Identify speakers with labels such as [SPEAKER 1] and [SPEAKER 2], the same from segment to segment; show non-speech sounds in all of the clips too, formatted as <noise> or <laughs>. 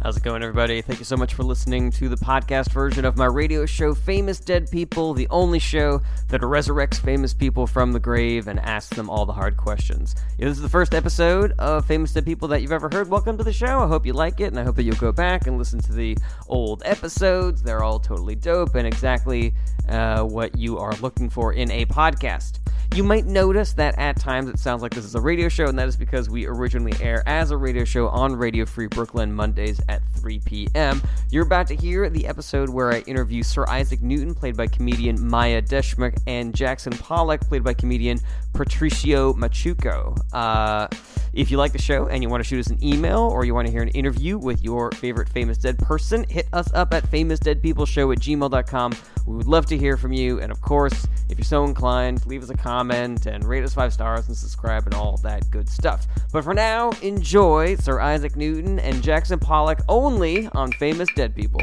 [SPEAKER 1] How's it going, everybody? Thank you so much for listening to the podcast version of my radio show, Famous Dead People, the only show that resurrects famous people from the grave and asks them all the hard questions. If this is the first episode of Famous Dead People that you've ever heard, welcome to the show. I hope you like it, and I hope that you'll go back and listen to the old episodes. They're all totally dope and exactly uh, what you are looking for in a podcast. You might notice that at times it sounds like this is a radio show, and that is because we originally air as a radio show on Radio Free Brooklyn Mondays at 3 p.m. You're about to hear the episode where I interview Sir Isaac Newton, played by comedian Maya Deshmukh, and Jackson Pollock, played by comedian Patricio Machuco. Uh, if you like the show and you want to shoot us an email or you want to hear an interview with your favorite famous dead person, hit us up at famousdeadpeopleshow at gmail.com. We would love to hear from you. And of course, if you're so inclined, leave us a comment and rate us five stars and subscribe and all that good stuff. But for now, enjoy Sir Isaac Newton and Jackson Pollock only on Famous Dead People.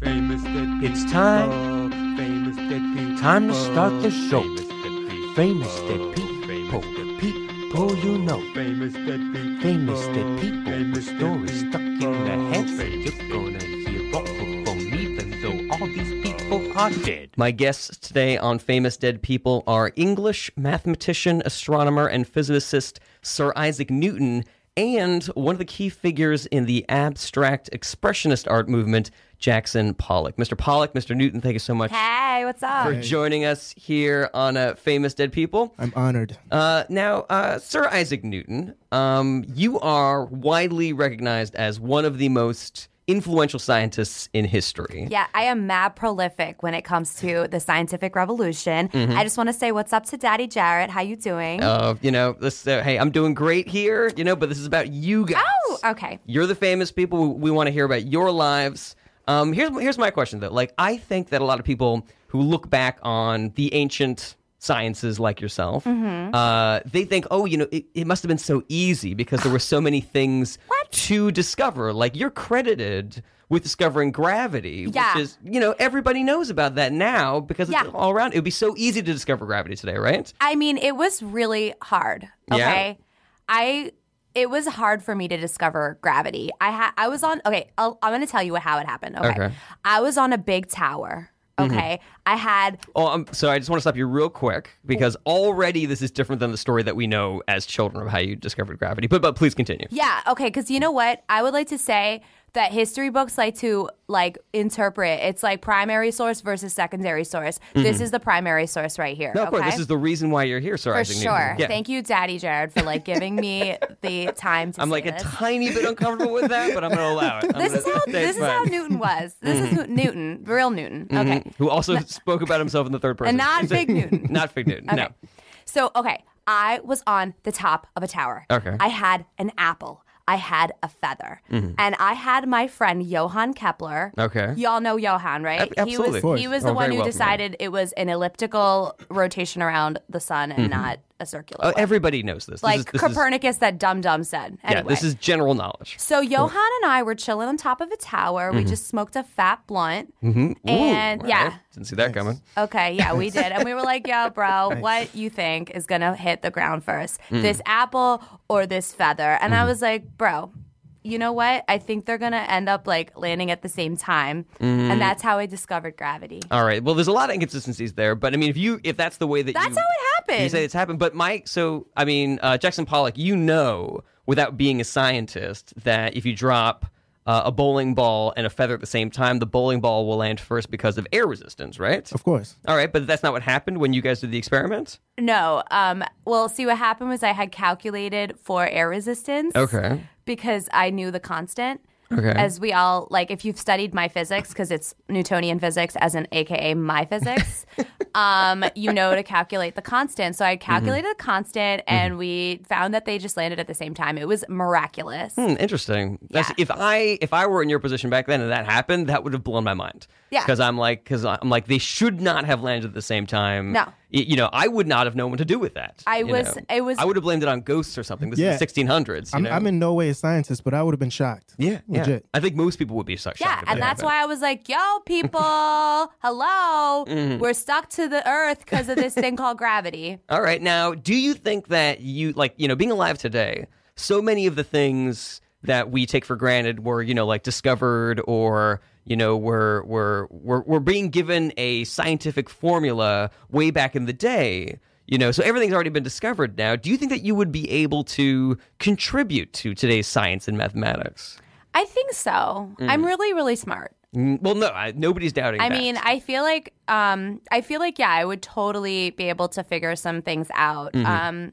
[SPEAKER 2] Famous dead
[SPEAKER 3] It's time.
[SPEAKER 2] people, Famous dead people.
[SPEAKER 3] Time to start the show.
[SPEAKER 2] Oh, Famous dead people. Oh,
[SPEAKER 3] Famous dead people, people you know.
[SPEAKER 2] Famous dead people.
[SPEAKER 3] Famous dead people with
[SPEAKER 2] Oh, Famous dead
[SPEAKER 3] stories stuck in their heads.
[SPEAKER 2] Famous
[SPEAKER 3] You're
[SPEAKER 2] dead
[SPEAKER 3] gonna hear all from me, even though all these people are dead.
[SPEAKER 1] My guests today on Famous Dead People are English mathematician, astronomer, and physicist Sir Isaac Newton, and one of the key figures in the abstract expressionist art movement, Jackson Pollock. Mr. Pollock, Mr. Newton, thank you so much
[SPEAKER 4] Hey, what's up?
[SPEAKER 1] for joining us here on uh, Famous Dead People.
[SPEAKER 5] I'm honored.
[SPEAKER 1] Uh, now, uh, Sir Isaac Newton, um, you are widely recognized as one of the most influential scientists in history.
[SPEAKER 4] Yeah, I am mad prolific when it comes to the scientific revolution.
[SPEAKER 1] Mm-hmm.
[SPEAKER 4] I just want to say what's up to Daddy Jarrett. How you doing?
[SPEAKER 1] Uh, you know, this, uh, hey, I'm doing great here, you know, but this is about you guys.
[SPEAKER 4] oh, okay.
[SPEAKER 1] You're the famous people. We, we want to hear about your lives. Um, here's here's my question though. Like, I think that a lot of people who look back on the ancient sciences, like yourself,
[SPEAKER 4] Mm-hmm.
[SPEAKER 1] uh, they think, oh, you know, it, it must have been so easy because there were so many
[SPEAKER 4] <sighs>
[SPEAKER 1] things to discover. Like, you're credited with discovering gravity,
[SPEAKER 4] Yeah.
[SPEAKER 1] which is, you know, everybody knows about that now because
[SPEAKER 4] Yeah.
[SPEAKER 1] it's all around. It would be so easy to discover gravity today, right?
[SPEAKER 4] I mean, it was really hard.
[SPEAKER 1] Yeah.
[SPEAKER 4] Okay. I it was hard for me to discover gravity. I ha- I was on okay, I'll, I'm going to tell you how it happened. Okay.
[SPEAKER 1] Okay. Mm-hmm.
[SPEAKER 4] I was on a big tower. Okay. I had
[SPEAKER 1] Oh, um, so I just want to stop you real quick because already this is different than the story that we know as children of how you discovered gravity. But but please continue.
[SPEAKER 4] Yeah, okay, because you know what? I would like to say that history books like to like interpret. It's like primary source versus secondary source. This is the primary source right here.
[SPEAKER 1] Mm-hmm. No, of
[SPEAKER 4] okay?
[SPEAKER 1] course, this is the reason why you're here, sir.
[SPEAKER 4] for
[SPEAKER 1] Isaac Newton.
[SPEAKER 4] sure.
[SPEAKER 1] Yeah.
[SPEAKER 4] Thank you, Daddy Jared, for like
[SPEAKER 1] <laughs>
[SPEAKER 4] giving me the time to
[SPEAKER 1] I'm
[SPEAKER 4] say
[SPEAKER 1] like a
[SPEAKER 4] this.
[SPEAKER 1] tiny bit uncomfortable with that, but I'm going to allow it. I'm
[SPEAKER 4] this
[SPEAKER 1] gonna- <laughs>
[SPEAKER 4] is how
[SPEAKER 1] It's
[SPEAKER 4] this is
[SPEAKER 1] fine.
[SPEAKER 4] how Newton was. This is
[SPEAKER 1] Mm-hmm.
[SPEAKER 4] who- Newton, the real Newton. Okay.
[SPEAKER 1] Who also spoke about himself in the third person.
[SPEAKER 4] And
[SPEAKER 1] <laughs>
[SPEAKER 4] not Big Newton.
[SPEAKER 1] not Fig Newton.
[SPEAKER 4] Okay. So, okay, I was on the top of a tower.
[SPEAKER 1] Okay. Mm-hmm.
[SPEAKER 4] I had an apple. I had a feather. And I had my friend Johann Kepler.
[SPEAKER 1] Okay.
[SPEAKER 4] Y'all know Johann, right?
[SPEAKER 1] Ab- absolutely. Of
[SPEAKER 4] He was
[SPEAKER 1] course.
[SPEAKER 4] he was the
[SPEAKER 1] Oh,
[SPEAKER 4] one
[SPEAKER 1] very
[SPEAKER 4] who
[SPEAKER 1] well familiar.
[SPEAKER 4] decided it was an elliptical rotation around the sun and not a circular.
[SPEAKER 1] No.
[SPEAKER 4] one.
[SPEAKER 1] Everybody knows Mm-hmm. Oh, this. This
[SPEAKER 4] like
[SPEAKER 1] is- this is-
[SPEAKER 4] Copernicus that dumb dumb said.
[SPEAKER 1] Yeah,
[SPEAKER 4] Anyway.
[SPEAKER 1] this is general knowledge.
[SPEAKER 4] So Johan and I were chilling on top of a tower.
[SPEAKER 1] Mm-hmm.
[SPEAKER 4] We just smoked a fat blunt. And
[SPEAKER 1] Hmm? All
[SPEAKER 4] yeah,
[SPEAKER 1] right. Didn't see that coming.
[SPEAKER 4] Okay, yeah, we did. And we were like, yo, bro, what you think is gonna hit the ground first? This apple or this feather? And I was like, bro, you know what? I think they're gonna end up like landing at the same time. And that's how I discovered gravity.
[SPEAKER 1] All right. Well, there's a lot of inconsistencies there, but I mean, if you if that's the way that
[SPEAKER 4] That's
[SPEAKER 1] Mm. you,
[SPEAKER 4] how it happened.
[SPEAKER 1] You say it's happened, but Mike. So I mean, uh, Jackson Pollock, you know, without being a scientist, that if you drop uh, a bowling ball and a feather at the same time, the bowling ball will land first because of air resistance, right?
[SPEAKER 5] Of course.
[SPEAKER 1] All right, but that's not what happened when you guys did the experiment.
[SPEAKER 4] No, um, well, see, what happened was I had calculated for air resistance. Because I knew the constant.
[SPEAKER 1] Okay.
[SPEAKER 4] As we all like, if you've studied my physics, because it's Newtonian physics, as in AKA
[SPEAKER 1] <laughs>
[SPEAKER 4] my physics, um, you know to calculate the constant. So I
[SPEAKER 1] Mm-hmm.
[SPEAKER 4] calculated the constant, and we found that they just landed at the same time. It was miraculous.
[SPEAKER 1] Hmm, interesting. That's,
[SPEAKER 4] Yeah.
[SPEAKER 1] If I if I were in your position back then and that happened, that would have blown my mind.
[SPEAKER 4] Yeah.
[SPEAKER 1] Because I'm like, because I'm like, they should not have landed at the same time.
[SPEAKER 4] No.
[SPEAKER 1] Y- you know, I would not have known what to do with that.
[SPEAKER 4] I
[SPEAKER 1] you
[SPEAKER 4] was-
[SPEAKER 1] know.
[SPEAKER 4] it was-
[SPEAKER 1] I would have blamed it on ghosts or something. This
[SPEAKER 5] Yeah.
[SPEAKER 1] is the 1600s. You
[SPEAKER 5] I'm,
[SPEAKER 1] know?
[SPEAKER 5] I'm in no way a scientist, but I would have been shocked.
[SPEAKER 1] Yeah, yeah.
[SPEAKER 5] Legit.
[SPEAKER 1] I think most people would be so shocked.
[SPEAKER 4] Yeah,
[SPEAKER 1] if
[SPEAKER 4] and
[SPEAKER 1] that
[SPEAKER 4] that's
[SPEAKER 1] happened.
[SPEAKER 4] why I was like, "Yo,
[SPEAKER 1] <laughs>
[SPEAKER 4] people, hello,
[SPEAKER 1] Mm-hmm.
[SPEAKER 4] we're stuck to the earth because of this thing called gravity."
[SPEAKER 1] All right. Now, do you think that you like you know being alive today? So many of the things that we take for granted were you know like discovered or you know were were were, were being given a scientific formula way back in the day you know so everything's already been discovered now do you think that you would be able to contribute to today's science and mathematics
[SPEAKER 4] I think so. I'm really, really smart.
[SPEAKER 1] Mm, well no I, nobody's doubting
[SPEAKER 4] I
[SPEAKER 1] that.
[SPEAKER 4] mean, I feel like um, I feel like yeah, I would totally be able to figure some things out.
[SPEAKER 1] Mm-hmm.
[SPEAKER 4] Um,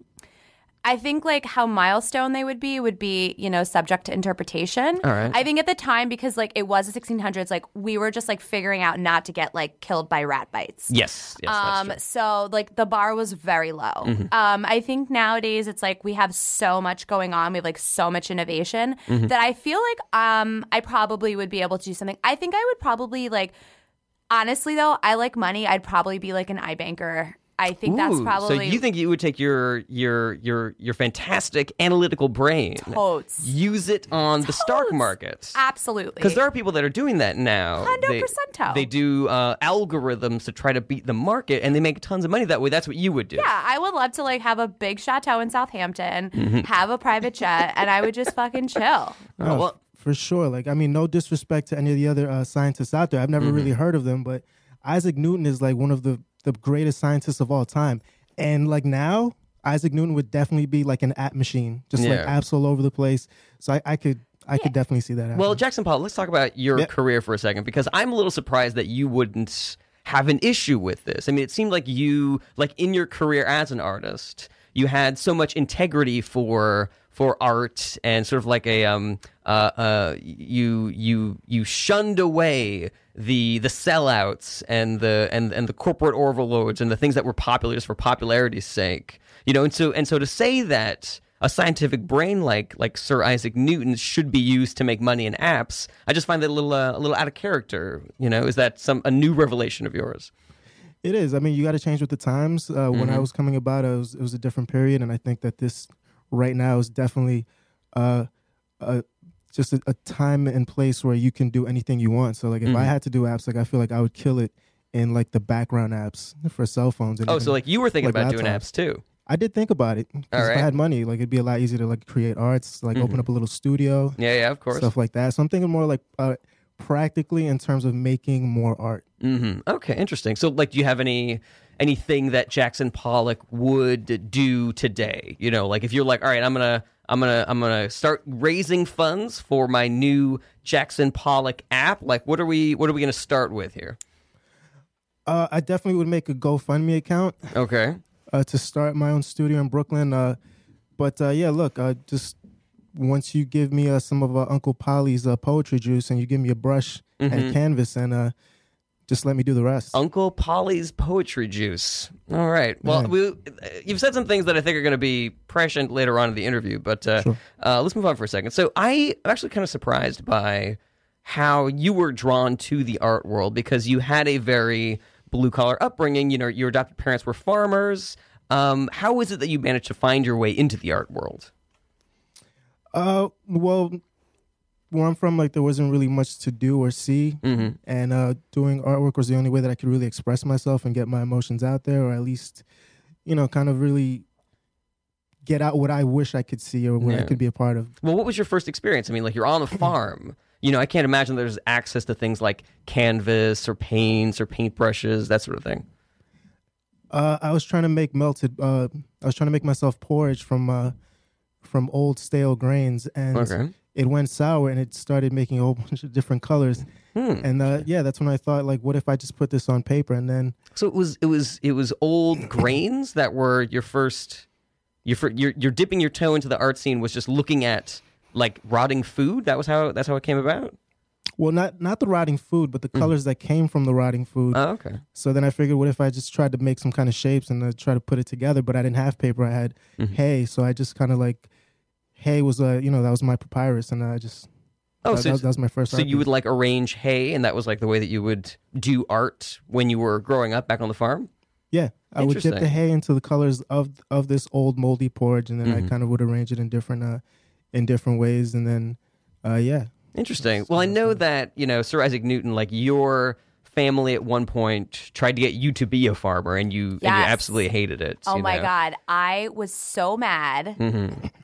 [SPEAKER 4] I think like how milestone they would be would be you know subject to interpretation.
[SPEAKER 1] All right.
[SPEAKER 4] I think at the time because like it was the 1600s, like we were just like figuring out not to get like killed by rat bites.
[SPEAKER 1] yes yes that's
[SPEAKER 4] Um,
[SPEAKER 1] true. Mm-hmm.
[SPEAKER 4] so like the bar was very low. Um, I think nowadays it's like we have so much going on, we have like so much innovation
[SPEAKER 1] Mm-hmm.
[SPEAKER 4] that I feel like um I probably would be able to do something. I think I would probably like honestly though, I like money. I'd probably be like an iBanker. I think that's
[SPEAKER 1] Ooh,
[SPEAKER 4] probably
[SPEAKER 1] so you think you would take your your your your fantastic analytical brain
[SPEAKER 4] totes.
[SPEAKER 1] use it on the stock
[SPEAKER 4] Totes.
[SPEAKER 1] markets
[SPEAKER 4] Absolutely.
[SPEAKER 1] because there are people that are doing that now.
[SPEAKER 4] Hundo
[SPEAKER 1] They-
[SPEAKER 4] percento.
[SPEAKER 1] They, do uh, algorithms to try to beat the market, and they make tons of money that way. That's what you would do.
[SPEAKER 4] yeah, I would love to like have a big chateau in Southampton,
[SPEAKER 1] Mm-hmm.
[SPEAKER 4] have a private jet, and I would just fucking chill.
[SPEAKER 5] No,
[SPEAKER 1] well-
[SPEAKER 5] for sure. Like, I mean, no disrespect to any of the other uh, scientists out there. I've
[SPEAKER 1] Mm-hmm.
[SPEAKER 5] never really heard of them, but Isaac Newton is like one of the the greatest scientists of all time. And like now, Isaac Newton would definitely be like an app machine, just like
[SPEAKER 1] Yeah.
[SPEAKER 5] apps all over the place. So I, I could, I could definitely see that. Happen.
[SPEAKER 1] Well, Jackson Paul, let's talk about your
[SPEAKER 5] Yeah.
[SPEAKER 1] career for a second because I'm a little surprised that you wouldn't have an issue with this. I mean, it seemed like you, like in your career as an artist, you had so much integrity for for art and sort of like a um uh uh you you you shunned away the the sellouts and the and and the corporate overlords and the things that were popular just for popularity's sake. You know, and so and so to say that a scientific brain like like Sir Isaac Newton's should be used to make money in apps. I just find that a little uh, a little out of character. You know, is that some a new revelation of yours?
[SPEAKER 5] It is. I mean, you got to change with the times. Uh, When
[SPEAKER 1] Mm-hmm.
[SPEAKER 5] I was coming about, it was, it was a different period, and I think that this right now is definitely uh, a, just a, a time and place where you can do anything you want. So, like, if
[SPEAKER 1] Mm-hmm.
[SPEAKER 5] I had to do apps, like I feel like I would kill it in like the background apps for cell phones. And
[SPEAKER 1] Oh,
[SPEAKER 5] even-
[SPEAKER 1] so like you were thinking
[SPEAKER 5] Mm-hmm. Like
[SPEAKER 1] about doing
[SPEAKER 5] laptops.
[SPEAKER 1] apps too.
[SPEAKER 5] I did think about it. 'cause
[SPEAKER 1] All
[SPEAKER 5] If
[SPEAKER 1] right.
[SPEAKER 5] I had money, like it'd be a lot easier to like create arts, like open up a little studio,
[SPEAKER 1] Yeah, yeah, Mm-hmm. of course.
[SPEAKER 5] stuff like that. So I'm thinking more like uh, practically in terms of making more art.
[SPEAKER 1] hmm Okay, interesting. So like, do you have any anything that Jackson Pollock would do today? You know, like if you're like, all right, I'm gonna. I'm gonna I'm gonna start raising funds for my new Jackson Pollock app. Like, what are we what are we gonna start with
[SPEAKER 5] <laughs>
[SPEAKER 1] here?
[SPEAKER 5] Uh, I definitely would make a GoFundMe account.
[SPEAKER 1] Okay,
[SPEAKER 5] uh, to start my own studio in Brooklyn. Uh, but uh, yeah, look, uh, just once you give me uh, some of uh, Uncle Polly's uh, poetry juice and you give me a brush and canvas and uh, just let me do the rest.
[SPEAKER 1] Uncle Polly's poetry juice. All right. Well,
[SPEAKER 5] Yeah.
[SPEAKER 1] we, uh, you've said some things that I think are going to be prescient later on in the interview, but uh, uh, let's move on for a second. So I am actually kind of surprised by how you were drawn to the art world because you had a very blue collar upbringing. You know, your adopted parents were farmers. Um, how is it that you managed to find your way into the art world?
[SPEAKER 5] Uh, well, where I'm from, like there wasn't really much to do or see,
[SPEAKER 1] Mm-hmm.
[SPEAKER 5] and uh, doing artwork was the only way that I could really express myself and get my emotions out there, or at least, you know, kind of really get out what I wish I could see or what I
[SPEAKER 1] Yeah.
[SPEAKER 5] could be a part of.
[SPEAKER 1] Well, what was your first experience? I mean, like you're <clears throat> on a farm. You know, I can't imagine there's access to things like canvas or paints or paintbrushes, that sort of thing.
[SPEAKER 5] Uh, I was trying to make melted. Uh, I was trying to make myself porridge from uh, from old stale grains, and
[SPEAKER 1] Okay.
[SPEAKER 5] it went sour, and it started making a whole <laughs> bunch of different colors.
[SPEAKER 1] Hmm.
[SPEAKER 5] And uh, yeah, that's when I thought, like, what if I just put this on paper? And then
[SPEAKER 1] So it was it was it was <clears throat> old grains that were your first your fir- your you're dipping your toe into the art scene was just looking at like rotting food. That was how that's how it came about.
[SPEAKER 5] Well, not not the rotting food, but the
[SPEAKER 1] Hmm.
[SPEAKER 5] colors that came from the rotting food.
[SPEAKER 1] Oh, okay.
[SPEAKER 5] so then I figured, what if I just tried to make some kind of shapes and uh, try to put it together? But I didn't have paper; I had
[SPEAKER 1] Mm-hmm.
[SPEAKER 5] hay. So I just kind of like hay was uh, you know that was my papyrus, and I just
[SPEAKER 1] Oh,
[SPEAKER 5] that,
[SPEAKER 1] so
[SPEAKER 5] that, that was my first.
[SPEAKER 1] so
[SPEAKER 5] art
[SPEAKER 1] you would
[SPEAKER 5] piece.
[SPEAKER 1] like arrange hay, and that was like the way that you would do art when you were growing up back on the farm.
[SPEAKER 5] yeah, I would dip the
[SPEAKER 1] Interesting.
[SPEAKER 5] hay into the colors of of this old moldy porridge, and then
[SPEAKER 1] Mm-hmm.
[SPEAKER 5] I kind of would arrange it in different uh, in different ways, and then uh, yeah,
[SPEAKER 1] Interesting. Well, I know that you know Sir Isaac Newton. Like your family at one point tried to get you to be a farmer, and you, and you
[SPEAKER 4] Yes.
[SPEAKER 1] absolutely hated it.
[SPEAKER 4] Oh
[SPEAKER 1] you
[SPEAKER 4] my
[SPEAKER 1] know? Mm-hmm.
[SPEAKER 4] God. I was so mad.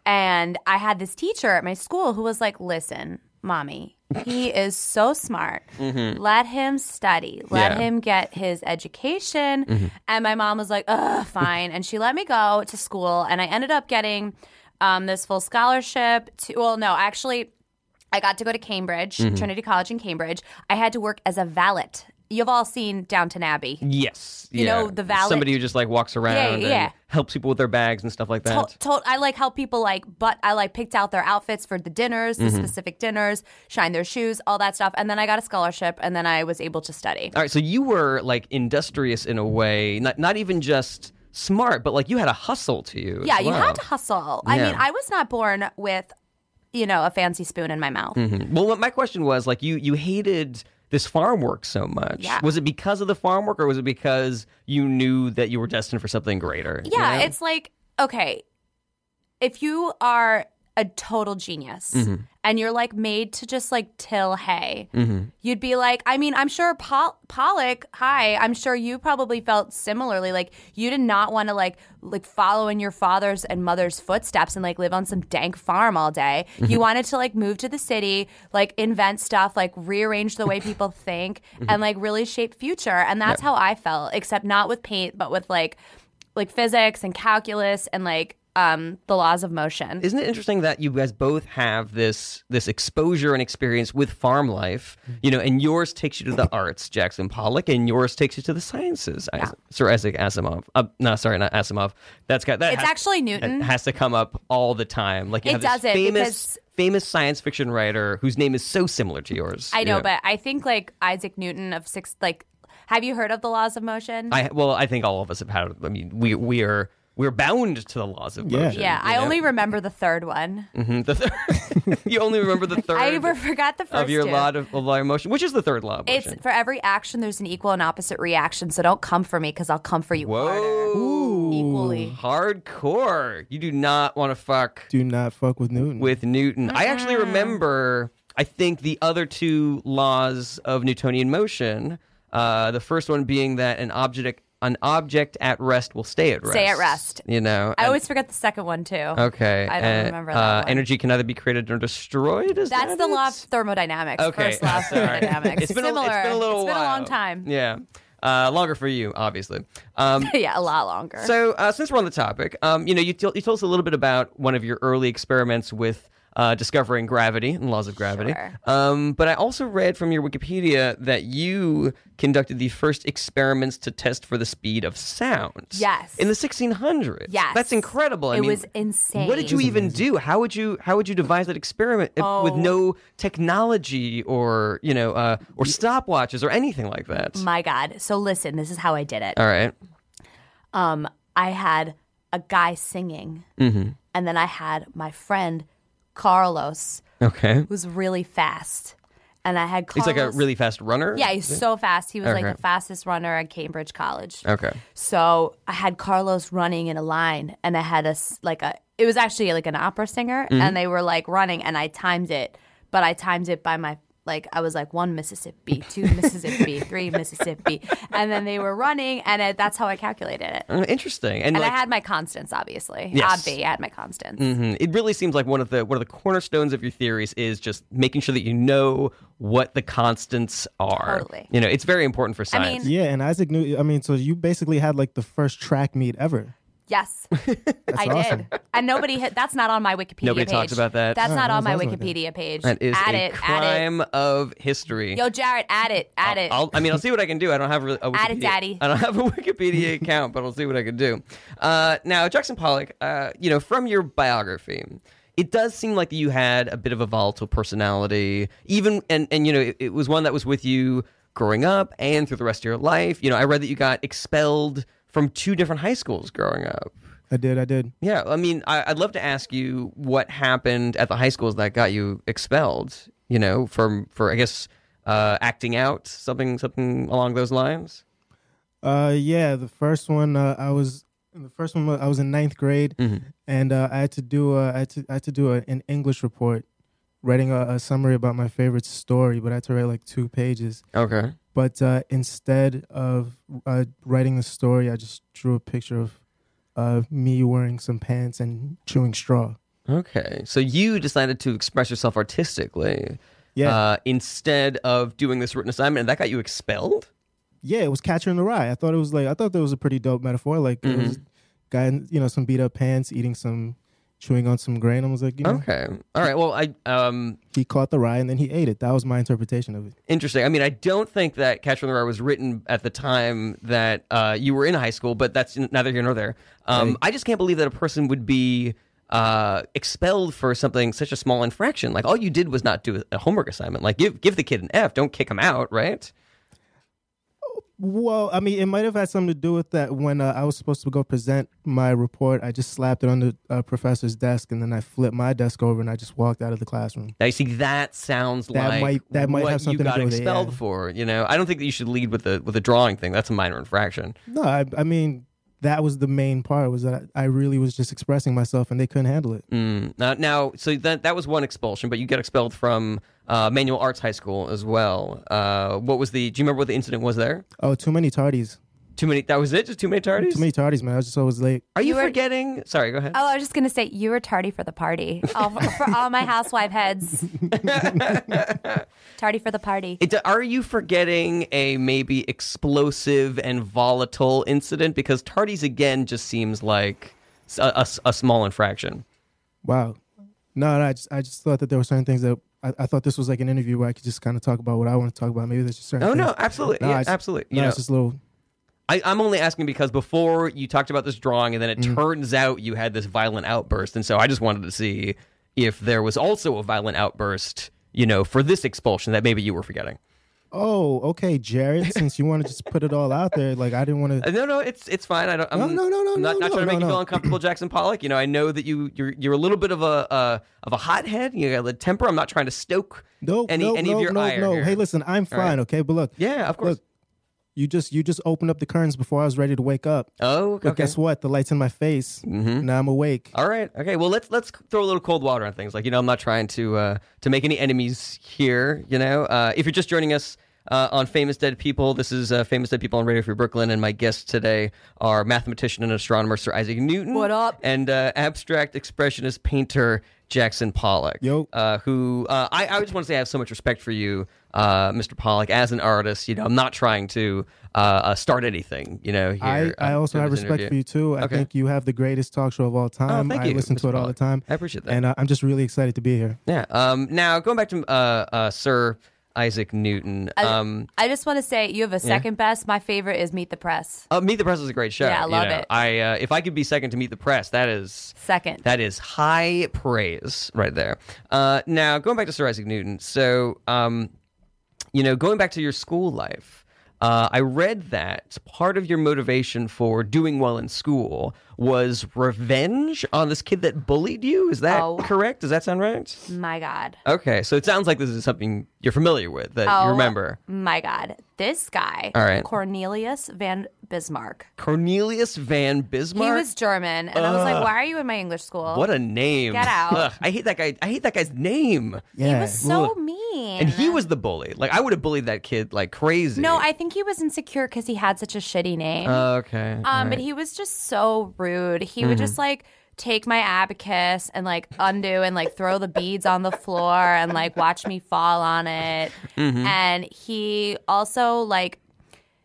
[SPEAKER 4] And I had this teacher at my school who was like, listen, mommy, he is so smart. Let him study, let
[SPEAKER 1] Mm-hmm. Yeah. Mm-hmm.
[SPEAKER 4] him get his education. And my mom was like, ugh, fine. and she let me go to school. And I ended up getting um, this full scholarship to, well, no, actually, I got to go to Cambridge,
[SPEAKER 1] Mm-hmm.
[SPEAKER 4] Trinity College in Cambridge. I had to work as a valet. You've all seen Downton Abbey.
[SPEAKER 1] Yes,
[SPEAKER 4] You
[SPEAKER 1] yeah.
[SPEAKER 4] know, the valet-
[SPEAKER 1] somebody who just like walks around and
[SPEAKER 4] yeah.
[SPEAKER 1] helps people with their bags and stuff like that.
[SPEAKER 4] told, told I like help people like but I like picked out their outfits for the dinners, the specific dinners, shine their shoes, all that stuff. And then I got a scholarship and then I was able to study.
[SPEAKER 1] All right, so you were like industrious in a way, not not even just smart, but like you had a hustle to you. as
[SPEAKER 4] yeah, you
[SPEAKER 1] well.
[SPEAKER 4] had to hustle. I
[SPEAKER 1] Yeah.
[SPEAKER 4] mean, I was not born with you know, a fancy spoon in my mouth.
[SPEAKER 1] Mm-hmm. Well, what my question was like you you hated this farm work so much.
[SPEAKER 4] Yeah.
[SPEAKER 1] Was it because of the farm work, or was it because you knew that you were destined for something greater? you
[SPEAKER 4] Yeah,
[SPEAKER 1] know?
[SPEAKER 4] it's like okay, if you are a total genius and you're like made to just like till hay, you'd be like, I mean, I'm sure Pol- Pollock. Hi, I'm sure you probably felt similarly. Like you did not want to like like follow in your father's and mother's footsteps and like live on some dank farm all day. You wanted to like move to the city, like invent stuff, like rearrange the way people think, and like really shape future. And that's how I felt, except not with paint, but with like like physics and calculus and like um the laws of motion.
[SPEAKER 1] isn't it interesting that you guys both have this this exposure and experience with farm life,
[SPEAKER 4] Mm-hmm.
[SPEAKER 1] you know, and yours takes you to the arts, Jackson Pollock, and yours takes you to the sciences, Isa- Sir Isaac Asimov. Uh, no, sorry, not Asimov. That's got that.
[SPEAKER 4] It's
[SPEAKER 1] has-
[SPEAKER 4] actually
[SPEAKER 1] that
[SPEAKER 4] Newton.
[SPEAKER 1] has to come up all the time. Like you
[SPEAKER 4] It
[SPEAKER 1] have this
[SPEAKER 4] doesn't,
[SPEAKER 1] famous
[SPEAKER 4] because-
[SPEAKER 1] famous science fiction writer whose name is so similar to yours.
[SPEAKER 4] I know,
[SPEAKER 1] Yeah.
[SPEAKER 4] but I think like Isaac Newton of six like have you heard of the laws of motion?
[SPEAKER 1] I well, I think all of us have had. I mean, we we are we're bound to the laws of
[SPEAKER 5] Yeah.
[SPEAKER 1] motion.
[SPEAKER 4] yeah,
[SPEAKER 1] you
[SPEAKER 4] I
[SPEAKER 1] know?
[SPEAKER 4] only remember the third one.
[SPEAKER 1] Mhm, the third- <laughs> you only remember the third.
[SPEAKER 4] <laughs> I ever forgot the first
[SPEAKER 1] of your
[SPEAKER 4] two.
[SPEAKER 1] law of, of law of motion, which is the third law of
[SPEAKER 4] it's
[SPEAKER 1] motion.
[SPEAKER 4] for every action there's an equal and opposite reaction, so don't come for me because I'll come for you harder.
[SPEAKER 1] Whoa,
[SPEAKER 4] Equally.
[SPEAKER 1] hardcore! You do not want to fuck
[SPEAKER 5] Do not fuck with Newton.
[SPEAKER 1] with Newton. I actually remember. I think the other two laws of Newtonian motion. Uh, the first one being that an object an object at rest will stay at rest.
[SPEAKER 4] Stay at rest.
[SPEAKER 1] You know.
[SPEAKER 4] I
[SPEAKER 1] and-
[SPEAKER 4] always forget the second one too.
[SPEAKER 1] Okay.
[SPEAKER 4] I don't
[SPEAKER 1] and,
[SPEAKER 4] remember
[SPEAKER 1] uh,
[SPEAKER 4] that one.
[SPEAKER 1] Energy can either be created or destroyed. Is
[SPEAKER 4] That's
[SPEAKER 1] that
[SPEAKER 4] the
[SPEAKER 1] it?
[SPEAKER 4] law of thermodynamics.
[SPEAKER 1] Okay. <laughs>
[SPEAKER 4] First law of
[SPEAKER 1] sorry.
[SPEAKER 4] thermodynamics.
[SPEAKER 1] It's been,
[SPEAKER 4] Similar.
[SPEAKER 1] A, it's been a little
[SPEAKER 4] It's been a
[SPEAKER 1] while.
[SPEAKER 4] long time.
[SPEAKER 1] Yeah. Uh, longer for you, obviously. Um,
[SPEAKER 4] <laughs> yeah, a lot longer.
[SPEAKER 1] so uh, since we're on the topic, um, you know, you, t- you told us a little bit about one of your early experiments with uh, discovering gravity and laws of gravity.
[SPEAKER 4] Sure.
[SPEAKER 1] Um, but I also read from your Wikipedia that you conducted the first experiments to test for the speed of sound.
[SPEAKER 4] Yes.
[SPEAKER 1] In the 1600s.
[SPEAKER 4] Yes.
[SPEAKER 1] That's incredible. I
[SPEAKER 4] It
[SPEAKER 1] mean,
[SPEAKER 4] was insane.
[SPEAKER 1] What did you even do? How would you how would you devise that experiment if- with
[SPEAKER 4] Oh.
[SPEAKER 1] no technology or you know uh, or stopwatches or anything like that?
[SPEAKER 4] My God. So listen, this is how I did it.
[SPEAKER 1] All right.
[SPEAKER 4] Um, I had a guy singing,
[SPEAKER 1] Mm-hmm.
[SPEAKER 4] and then I had my friend Carlos,
[SPEAKER 1] Okay.
[SPEAKER 4] who's really fast, and I had
[SPEAKER 1] He's
[SPEAKER 4] Carlos.
[SPEAKER 1] like a really fast runner.
[SPEAKER 4] yeah, he's so fast. He was
[SPEAKER 1] Okay.
[SPEAKER 4] like the fastest runner at Cambridge College.
[SPEAKER 1] Okay.
[SPEAKER 4] So I had Carlos running in a line, and I had a s- like a. It was actually like an opera singer,
[SPEAKER 1] Mm-hmm.
[SPEAKER 4] and they were like running, and I timed it, but I timed it by my like I was like one Mississippi,
[SPEAKER 1] <laughs>
[SPEAKER 4] two Mississippi, three Mississippi, and then they were running, and it, that's how I calculated it.
[SPEAKER 1] Uh, Interesting. And,
[SPEAKER 4] And
[SPEAKER 1] like,
[SPEAKER 4] I had my constants, obviously.
[SPEAKER 1] Yes.
[SPEAKER 4] Obvi, I had my constants.
[SPEAKER 1] mhm, it really seems like one of the one of the cornerstones of your theories is just making sure that you know what the constants are.
[SPEAKER 4] Totally.
[SPEAKER 1] You know, it's very important for
[SPEAKER 4] mean-
[SPEAKER 1] science.
[SPEAKER 5] yeah, and Isaac knew. I mean, so you basically had like the first track meet ever.
[SPEAKER 1] <laughs>
[SPEAKER 4] Yes, I
[SPEAKER 5] awesome.
[SPEAKER 4] did. And nobody hit. That's not on my Wikipedia.
[SPEAKER 1] Nobody
[SPEAKER 4] page.
[SPEAKER 1] talks about that.
[SPEAKER 4] That's
[SPEAKER 5] Oh,
[SPEAKER 4] not
[SPEAKER 5] that
[SPEAKER 4] on my
[SPEAKER 5] was awesome.
[SPEAKER 4] Wikipedia page.
[SPEAKER 1] that is
[SPEAKER 4] add
[SPEAKER 1] a
[SPEAKER 4] it. Add it.
[SPEAKER 1] crime of history.
[SPEAKER 4] Yo, Jarrett, add it. Add it.
[SPEAKER 1] I'll, I mean, I'll see what I can do. I don't have a, a Wikipedia,
[SPEAKER 4] Add it, Daddy.
[SPEAKER 1] I don't have a <laughs>
[SPEAKER 4] <laughs>
[SPEAKER 1] Wikipedia account, but I'll see what I can do. Uh, now, Jackson Pollock, uh, you know, from your biography, it does seem like you had a bit of a volatile personality, even and and you know, it, it was one that was with you growing up and through the rest of your life. You know, I read that you got expelled from two different high schools growing up.
[SPEAKER 5] I did. I did.
[SPEAKER 1] Yeah, I mean, I, I'd love to ask you what happened at the high schools that got you expelled. You know, from for I guess uh, acting out, something something along those lines.
[SPEAKER 5] Uh, yeah, the first one uh, I was in the first one I was in ninth grade,
[SPEAKER 1] Mm-hmm.
[SPEAKER 5] and uh, I had to do a, I had to I had to do a, an English report, writing a, a summary about my favorite story, but I had to write like two pages.
[SPEAKER 1] Okay.
[SPEAKER 5] But uh, instead of uh, writing the story, I just drew a picture of uh, me wearing some pants and chewing straw.
[SPEAKER 1] Okay. So you decided to express yourself artistically.
[SPEAKER 5] Yeah.
[SPEAKER 1] Uh, instead of doing this written assignment, and that got you expelled.
[SPEAKER 5] yeah, it was Catcher in the Rye. I thought it was like I thought that was a pretty dope metaphor. Like it was guy, in, you know, some beat up pants, eating some, chewing on some grain. I was like, you know,
[SPEAKER 1] Okay. All right. Well, I um,
[SPEAKER 5] he caught the rye and then he ate it. That was my interpretation of it.
[SPEAKER 1] Interesting. I mean, I don't think that Catcher in the Rye was written at the time that uh, you were in high school, but that's neither here nor there. Um, I just can't believe that a person would be uh, expelled for something such a small infraction. Like all you did was not do a homework assignment. Like give give the kid an F. Don't kick him out. Right.
[SPEAKER 5] Well, I mean, it might have had something to do with that. When uh, I was supposed to go present my report, I just slapped it on the uh, professor's desk, and then I flipped my desk over, and I just walked out of the classroom.
[SPEAKER 1] Now you see that sounds
[SPEAKER 5] That
[SPEAKER 1] like
[SPEAKER 5] might- that might
[SPEAKER 1] what
[SPEAKER 5] have something
[SPEAKER 1] you
[SPEAKER 5] to
[SPEAKER 1] got
[SPEAKER 5] do with it,
[SPEAKER 1] expelled
[SPEAKER 5] yeah.
[SPEAKER 1] for. You know, I don't think that you should lead with the with the drawing thing. That's a minor infraction.
[SPEAKER 5] No, I, I mean, that was the main part was that I really was just expressing myself, and they couldn't handle it.
[SPEAKER 1] Mm. Now, now, so that that was one expulsion, but you got expelled from uh, Manual Arts High School as well. Uh, what was the? Do you remember what the incident was there?
[SPEAKER 5] Oh, too many tardies.
[SPEAKER 1] Too many. That was it. Just too many tardies.
[SPEAKER 5] Too many tardies, man. I was just always late.
[SPEAKER 1] Are you,
[SPEAKER 4] You were-
[SPEAKER 1] forgetting? Sorry, go ahead.
[SPEAKER 4] Oh, I was just gonna say you were tardy for the party. Oh, for, for all my
[SPEAKER 1] <laughs>
[SPEAKER 4] housewife heads, tardy for the party.
[SPEAKER 1] It, are you forgetting a maybe explosive and volatile incident? Because tardies again just seems like a, a s- a small infraction.
[SPEAKER 5] Wow. No, no I just I just thought that there were certain things that I, I thought this was like an interview where I could just kind of talk about what I want to talk about. Maybe there's just certain.
[SPEAKER 1] Oh
[SPEAKER 5] things.
[SPEAKER 1] no, absolutely,
[SPEAKER 5] No,
[SPEAKER 1] yeah,
[SPEAKER 5] I just-
[SPEAKER 1] absolutely. You
[SPEAKER 5] No,
[SPEAKER 1] know,
[SPEAKER 5] it's just little.
[SPEAKER 1] I, I'm only asking because before you talked about this drawing, and then
[SPEAKER 5] Mm-hmm.
[SPEAKER 1] it turns out you had this violent outburst, and so I just wanted to see if there was also a violent outburst, you know, for this expulsion that maybe you were forgetting.
[SPEAKER 5] Oh,
[SPEAKER 1] <laughs>
[SPEAKER 5] okay, Jared. since you want to just put it all out there, like I didn't want
[SPEAKER 1] Uh,
[SPEAKER 5] to.
[SPEAKER 1] No, no, it's it's fine. I don't. I'm,
[SPEAKER 5] No, no, no, no,
[SPEAKER 1] I'm not,
[SPEAKER 5] no,
[SPEAKER 1] not
[SPEAKER 5] no,
[SPEAKER 1] trying to make
[SPEAKER 5] no,
[SPEAKER 1] you feel
[SPEAKER 5] no. <clears throat>
[SPEAKER 1] uncomfortable, Jackson Pollock. You know, I know that you you're you're a little bit of a uh, of a hothead. You got a temper. I'm not trying to stoke
[SPEAKER 5] Nope,
[SPEAKER 1] any
[SPEAKER 5] nope,
[SPEAKER 1] any
[SPEAKER 5] nope,
[SPEAKER 1] of your
[SPEAKER 5] nope,
[SPEAKER 1] ire.
[SPEAKER 5] nope.
[SPEAKER 1] here.
[SPEAKER 5] Hey, listen, I'm fine,
[SPEAKER 1] right.
[SPEAKER 5] okay, but look,
[SPEAKER 1] Yeah, of course.
[SPEAKER 5] Look, you just you just opened up the curtains before I was ready to wake up.
[SPEAKER 1] oh, okay. Mm-hmm.
[SPEAKER 5] But guess what? The light's in my face. Now I'm awake.
[SPEAKER 1] All right. Okay. Well, let's let's throw a little cold water on things. Like you know, I'm not trying to uh, to make any enemies here. You know, uh, if you're just joining us. Uh, on Famous Dead People. This is uh, Famous Dead People on Radio Free Brooklyn, and my guests today are mathematician and astronomer Sir Isaac Newton.
[SPEAKER 4] What up?
[SPEAKER 1] And uh, abstract expressionist painter Jackson Pollock.
[SPEAKER 5] Yo.
[SPEAKER 1] Uh, who uh, I, I just want to say I have so much respect for you, uh, Mr. Pollock, as an artist. You know, I'm not trying to uh, uh, start anything, you know, here.
[SPEAKER 5] I, I
[SPEAKER 1] uh,
[SPEAKER 5] also
[SPEAKER 1] through
[SPEAKER 5] have
[SPEAKER 1] this
[SPEAKER 5] respect
[SPEAKER 1] interview.
[SPEAKER 5] for you too. I
[SPEAKER 1] Okay. Oh,
[SPEAKER 5] think you have the greatest talk show of all time.
[SPEAKER 1] thank
[SPEAKER 5] I
[SPEAKER 1] you,
[SPEAKER 5] listen to
[SPEAKER 1] Mr.
[SPEAKER 5] it all the
[SPEAKER 1] Pollack.
[SPEAKER 5] time.
[SPEAKER 1] I appreciate that.
[SPEAKER 5] And uh, I'm just really excited to be here.
[SPEAKER 1] Yeah. Um, now going back to uh, uh, Sir Isaac Newton.
[SPEAKER 4] I-
[SPEAKER 1] Um,
[SPEAKER 4] I just want to say you have a second best. My favorite is Meet the Press.
[SPEAKER 1] uh, Meet the Press is a great show.
[SPEAKER 4] Yeah, I
[SPEAKER 1] you
[SPEAKER 4] love
[SPEAKER 1] know.
[SPEAKER 4] it.
[SPEAKER 1] I uh, if I could be second to Meet the Press, that is
[SPEAKER 4] Second.
[SPEAKER 1] that is high praise right there. Uh, now going back to Sir Isaac Newton. So um, you know, going back to your school life, uh, I read that part of your motivation for doing well in school was revenge on this kid that bullied you. Is that
[SPEAKER 4] Oh.
[SPEAKER 1] correct? Does that sound right?
[SPEAKER 4] my God.
[SPEAKER 1] Okay, so it sounds like this is something you're familiar with that
[SPEAKER 4] Oh.
[SPEAKER 1] you remember.
[SPEAKER 4] My God. This guy,
[SPEAKER 1] All right.
[SPEAKER 4] Cornelius van Bismarck.
[SPEAKER 1] Cornelius van Bismarck.
[SPEAKER 4] He was German, and I was like, "Why are you in my English school?"
[SPEAKER 1] what a name!
[SPEAKER 4] Get out.
[SPEAKER 1] <laughs> Ugh, I hate that guy. I hate that guy's name.
[SPEAKER 5] Yeah.
[SPEAKER 4] he was so
[SPEAKER 1] Ugh.
[SPEAKER 4] mean.
[SPEAKER 1] And he was the bully. Like I would have bullied that kid like crazy.
[SPEAKER 4] no, I think he was insecure because he had such a shitty name.
[SPEAKER 1] Okay.
[SPEAKER 4] Um, but he was just so rude. He would just like take my abacus and like undo and like throw the beads on the floor and like watch me fall on it. And he also like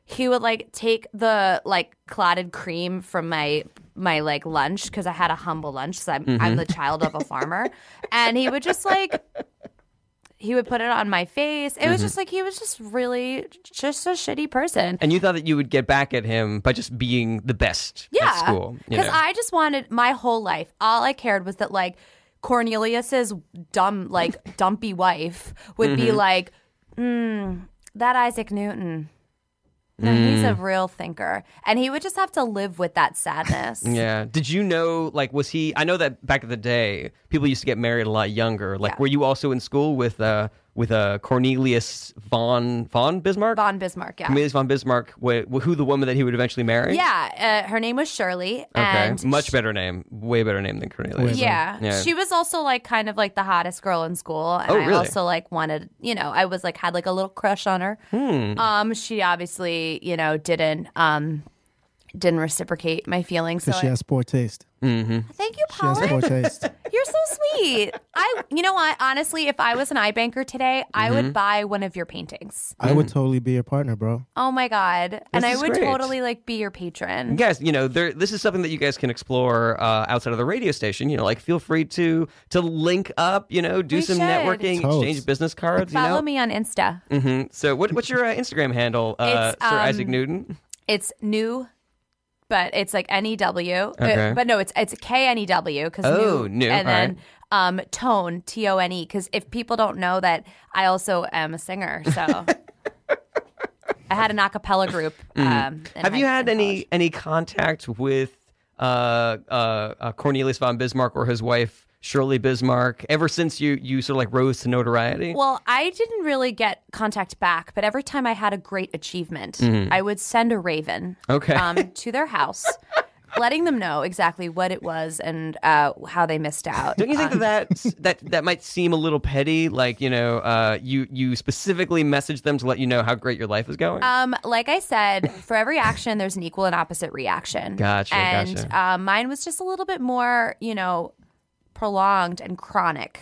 [SPEAKER 4] he would like take the like clotted cream from my my like lunch because I had a humble lunch. So I'm I'm the child of a farmer, and he would just like. He would put it on my face. It was just like he was just really just a shitty person.
[SPEAKER 1] and you thought that you would get back at him by just being the best at school. you
[SPEAKER 4] Because
[SPEAKER 1] know?
[SPEAKER 4] I just wanted my whole life, all I cared was that like Cornelius's dumb,
[SPEAKER 1] <laughs>
[SPEAKER 4] like dumpy wife would be
[SPEAKER 1] Mm-hmm.
[SPEAKER 4] like, mm, that Isaac Newton. No, he's
[SPEAKER 1] Mm.
[SPEAKER 4] a real thinker. And he would just have to live with that sadness.
[SPEAKER 1] <laughs> Yeah. Did you know? Like, was he? I know that back in the day, people used to get married a lot younger. Like, were you also in school with uh with uh, Cornelius von von Bismarck.
[SPEAKER 4] Von Bismarck, yeah.
[SPEAKER 1] Cornelius von Bismarck, wh- wh- who the woman that he would eventually marry.
[SPEAKER 4] Yeah, uh, her name was Shirley.
[SPEAKER 1] Okay.
[SPEAKER 4] And
[SPEAKER 1] Much better name. Way better name than Cornelius.
[SPEAKER 4] Yeah.
[SPEAKER 1] Yeah.
[SPEAKER 4] She was also like kind of like the hottest girl in school. And
[SPEAKER 1] Oh,
[SPEAKER 4] I
[SPEAKER 1] really?
[SPEAKER 4] also like wanted, you know, I was like had like a little crush on her.
[SPEAKER 1] Hmm.
[SPEAKER 4] Um, she obviously, you know, didn't um didn't reciprocate my feelings. So
[SPEAKER 5] because she
[SPEAKER 4] I-
[SPEAKER 5] has poor taste.
[SPEAKER 4] thank you,
[SPEAKER 5] She has
[SPEAKER 4] Paula.
[SPEAKER 5] poor taste.
[SPEAKER 4] You're so sweet. I you know what? Honestly, if I was an eye banker today, I
[SPEAKER 1] Mm-hmm.
[SPEAKER 4] would buy one of your paintings.
[SPEAKER 5] I
[SPEAKER 1] Mm.
[SPEAKER 5] would totally be your partner, bro.
[SPEAKER 4] Oh my God. and
[SPEAKER 1] This
[SPEAKER 4] I
[SPEAKER 1] is
[SPEAKER 4] would
[SPEAKER 1] great.
[SPEAKER 4] totally like be your patron.
[SPEAKER 1] You guys, you know, there, this is something that you guys can explore uh, outside of the radio station. You know, like feel free to to link up. You know, do
[SPEAKER 4] We
[SPEAKER 1] some
[SPEAKER 4] should.
[SPEAKER 1] networking,
[SPEAKER 5] Totes.
[SPEAKER 1] exchange business cards. You
[SPEAKER 4] Follow
[SPEAKER 1] know,
[SPEAKER 4] me on Insta.
[SPEAKER 1] hmm so what, what's your uh, Instagram handle, uh,
[SPEAKER 4] It's,
[SPEAKER 1] Sir Isaac
[SPEAKER 4] um,
[SPEAKER 1] Newton?
[SPEAKER 4] It's new, but it's like N E W. Uh,
[SPEAKER 1] Okay.
[SPEAKER 4] But no, it's it's K N E W because
[SPEAKER 1] Oh,
[SPEAKER 4] new,
[SPEAKER 1] new,
[SPEAKER 4] and
[SPEAKER 1] all
[SPEAKER 4] then um tone T O N E because if people don't know that I also am a singer,
[SPEAKER 1] <laughs>
[SPEAKER 4] so I had an a cappella group. Um, in
[SPEAKER 1] Mm. Have
[SPEAKER 4] high-
[SPEAKER 1] you had
[SPEAKER 4] in
[SPEAKER 1] any
[SPEAKER 4] college.
[SPEAKER 1] any contact with uh, uh, uh, Cornelius von Bismarck or his wife Shirley Bismarck ever since you you sort of like rose to notoriety?
[SPEAKER 4] Well, I didn't really get contact back, but every time I had a great achievement, I would send a raven
[SPEAKER 1] Mm. Okay.
[SPEAKER 4] um, to
[SPEAKER 1] <laughs>
[SPEAKER 4] their house, letting them know exactly what it was and uh, how they missed out.
[SPEAKER 1] Don't you think that that that that might seem a little petty? Like you know, uh, you you specifically message them to let you know how great your life is going.
[SPEAKER 4] Um, like I said, for every action, there's an equal and opposite reaction.
[SPEAKER 1] Gotcha,
[SPEAKER 4] And
[SPEAKER 1] gotcha.
[SPEAKER 4] uh, mine was just a little bit more, you know, prolonged and chronic.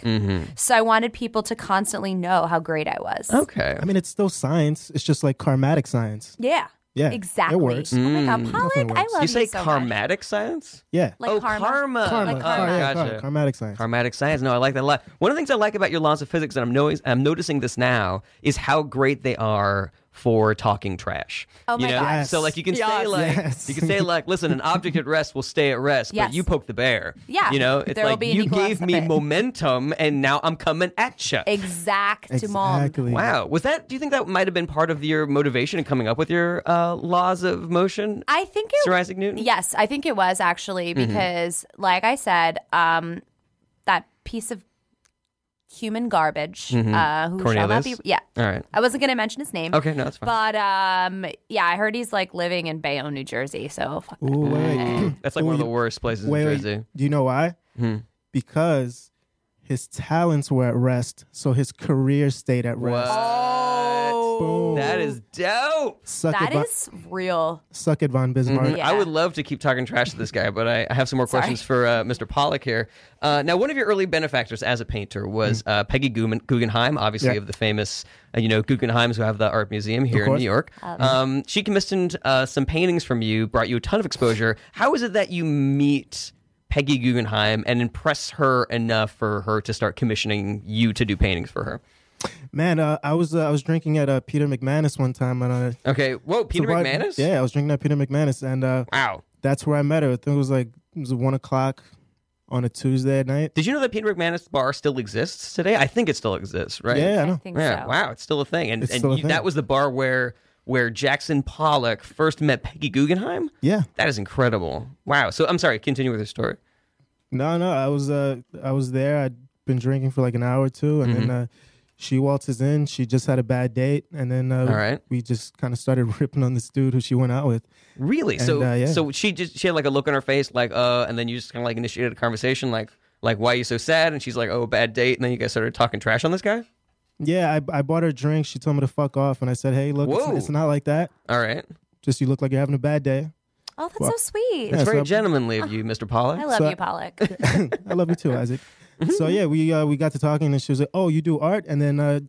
[SPEAKER 4] So I wanted people to constantly know how great I was.
[SPEAKER 1] Mm-hmm. okay.
[SPEAKER 5] I mean, it's still science. It's just like karmatic science.
[SPEAKER 4] Yeah.
[SPEAKER 5] Yeah, it
[SPEAKER 4] Exactly.
[SPEAKER 5] works.
[SPEAKER 4] Oh my God, Pollock, I
[SPEAKER 5] works.
[SPEAKER 4] love
[SPEAKER 1] Mm. you say
[SPEAKER 4] so much.
[SPEAKER 1] karmatic science?
[SPEAKER 5] Yeah.
[SPEAKER 4] Like
[SPEAKER 1] oh,
[SPEAKER 4] karma.
[SPEAKER 1] karma.
[SPEAKER 5] karma.
[SPEAKER 4] like
[SPEAKER 5] Oh,
[SPEAKER 4] karma.
[SPEAKER 5] yeah,
[SPEAKER 1] Gotcha.
[SPEAKER 5] karma. Karmatic science.
[SPEAKER 1] Karmatic science. No, I like that a lot. One of the things I like about your laws of physics, and I'm, knowing, I'm noticing this now, is how great they are for talking trash.
[SPEAKER 4] Oh
[SPEAKER 1] you
[SPEAKER 4] my
[SPEAKER 1] know?
[SPEAKER 4] God. Yes.
[SPEAKER 1] So like you can say
[SPEAKER 4] Yes.
[SPEAKER 1] like
[SPEAKER 5] Yes.
[SPEAKER 1] you can say like, listen, an object at rest will stay at rest,
[SPEAKER 4] Yes.
[SPEAKER 1] but you poke the bear.
[SPEAKER 4] Yeah.
[SPEAKER 1] You know, it's
[SPEAKER 4] There will
[SPEAKER 1] like
[SPEAKER 4] be an
[SPEAKER 1] you
[SPEAKER 4] equal
[SPEAKER 1] gave me
[SPEAKER 4] opposite.
[SPEAKER 1] momentum, and now I'm coming at you.
[SPEAKER 4] Exact.
[SPEAKER 5] Exactly.
[SPEAKER 1] Wow, was that? Do you think that might have been part of your motivation in coming up with your uh, laws of motion,
[SPEAKER 4] I think it
[SPEAKER 1] Sir Isaac Newton?
[SPEAKER 4] Yes, I think it was actually
[SPEAKER 1] Mm-hmm.
[SPEAKER 4] because, like I said, um, that piece of human garbage. Uh, who shall not be?
[SPEAKER 1] Mm-hmm. Cornelius?
[SPEAKER 4] Yeah,
[SPEAKER 1] All right.
[SPEAKER 4] I wasn't going to mention his name.
[SPEAKER 1] Okay, no, that's fine.
[SPEAKER 4] But um, yeah, I heard he's like living in Bayonne, New Jersey. So fuck that.
[SPEAKER 5] Ooh, <clears throat> wait.
[SPEAKER 1] That's like
[SPEAKER 5] Ooh,
[SPEAKER 1] one of
[SPEAKER 5] you-
[SPEAKER 1] the worst places
[SPEAKER 5] wait,
[SPEAKER 1] in
[SPEAKER 5] wait.
[SPEAKER 1] Jersey.
[SPEAKER 5] Do you know why?
[SPEAKER 1] Hmm.
[SPEAKER 5] Because his talents were at rest, so his career stayed at rest. Boom.
[SPEAKER 1] That is dope.
[SPEAKER 5] suck
[SPEAKER 4] that
[SPEAKER 5] it, Von-
[SPEAKER 4] is real.
[SPEAKER 5] suck it, von Bismarck.
[SPEAKER 4] Yeah.
[SPEAKER 1] I would love to keep talking trash to this guy, but I, I have some more questions for uh, Mr. Pollock here. Uh, now, one of your early benefactors as a painter was uh, Peggy Guggen- Guggenheim, obviously
[SPEAKER 5] Yeah.
[SPEAKER 1] of the famous, uh, you know, Guggenheims who have the art museum here in
[SPEAKER 5] course.
[SPEAKER 1] New York. Um, she commissioned uh, some paintings from you, brought you a ton of exposure. How is it that you meet Peggy Guggenheim and impress her enough for her to start commissioning you to do paintings for her?
[SPEAKER 5] Man, uh, I was uh, I was drinking at uh, Peter McManus one time, and uh,
[SPEAKER 1] Okay, whoa, Peter
[SPEAKER 5] survived-
[SPEAKER 1] McManus?
[SPEAKER 5] Yeah, I was drinking at Peter McManus, and uh,
[SPEAKER 1] Wow.
[SPEAKER 5] that's where I met her. I think it was like it was one o'clock on a Tuesday at night.
[SPEAKER 1] Did you know that Peter McManus bar still exists today? I think it still exists, right?
[SPEAKER 5] Yeah, I
[SPEAKER 4] I
[SPEAKER 5] know.
[SPEAKER 4] think
[SPEAKER 1] Yeah.
[SPEAKER 4] so.
[SPEAKER 1] Wow, it's still a thing. And,
[SPEAKER 5] It's
[SPEAKER 1] and
[SPEAKER 5] still a
[SPEAKER 1] you,
[SPEAKER 5] thing.
[SPEAKER 1] that was the bar where where Jackson Pollock first met Peggy Guggenheim?
[SPEAKER 5] Yeah,
[SPEAKER 1] That is incredible. Wow. So I'm sorry, continue with your story.
[SPEAKER 5] no, no, I was uh, I was there. I'd been drinking for like an hour or two, and then
[SPEAKER 1] Mm-hmm.
[SPEAKER 5] uh, she waltzes in. She just had a bad date, and then uh,
[SPEAKER 1] All right.
[SPEAKER 5] we just kind of started <laughs> ripping on this dude who she went out with.
[SPEAKER 1] Really? so
[SPEAKER 5] uh, yeah.
[SPEAKER 1] so she just she had like a look on her face like uh and then you just kind of like initiated a conversation like like why are you so sad and she's like oh bad date and then you guys started talking trash on this guy?
[SPEAKER 5] Yeah, I, I bought her a drink. She told me to fuck off, and I said, "Hey, look, it's,
[SPEAKER 1] Whoa.
[SPEAKER 5] it's not like that.
[SPEAKER 1] All right.
[SPEAKER 5] Just you look like you're having a bad day.
[SPEAKER 4] Oh, that's so
[SPEAKER 5] Well,
[SPEAKER 4] sweet.
[SPEAKER 1] That's
[SPEAKER 5] Yeah,
[SPEAKER 1] very
[SPEAKER 5] so-
[SPEAKER 1] gentlemanly of you, Mr. Pollock.
[SPEAKER 4] I love
[SPEAKER 5] So-
[SPEAKER 4] you,
[SPEAKER 5] <laughs>
[SPEAKER 4] Pollock.
[SPEAKER 5] I love you too, Isaac." so yeah, we uh, we got to talking, and she was like, "Oh, you do art?" And then uh,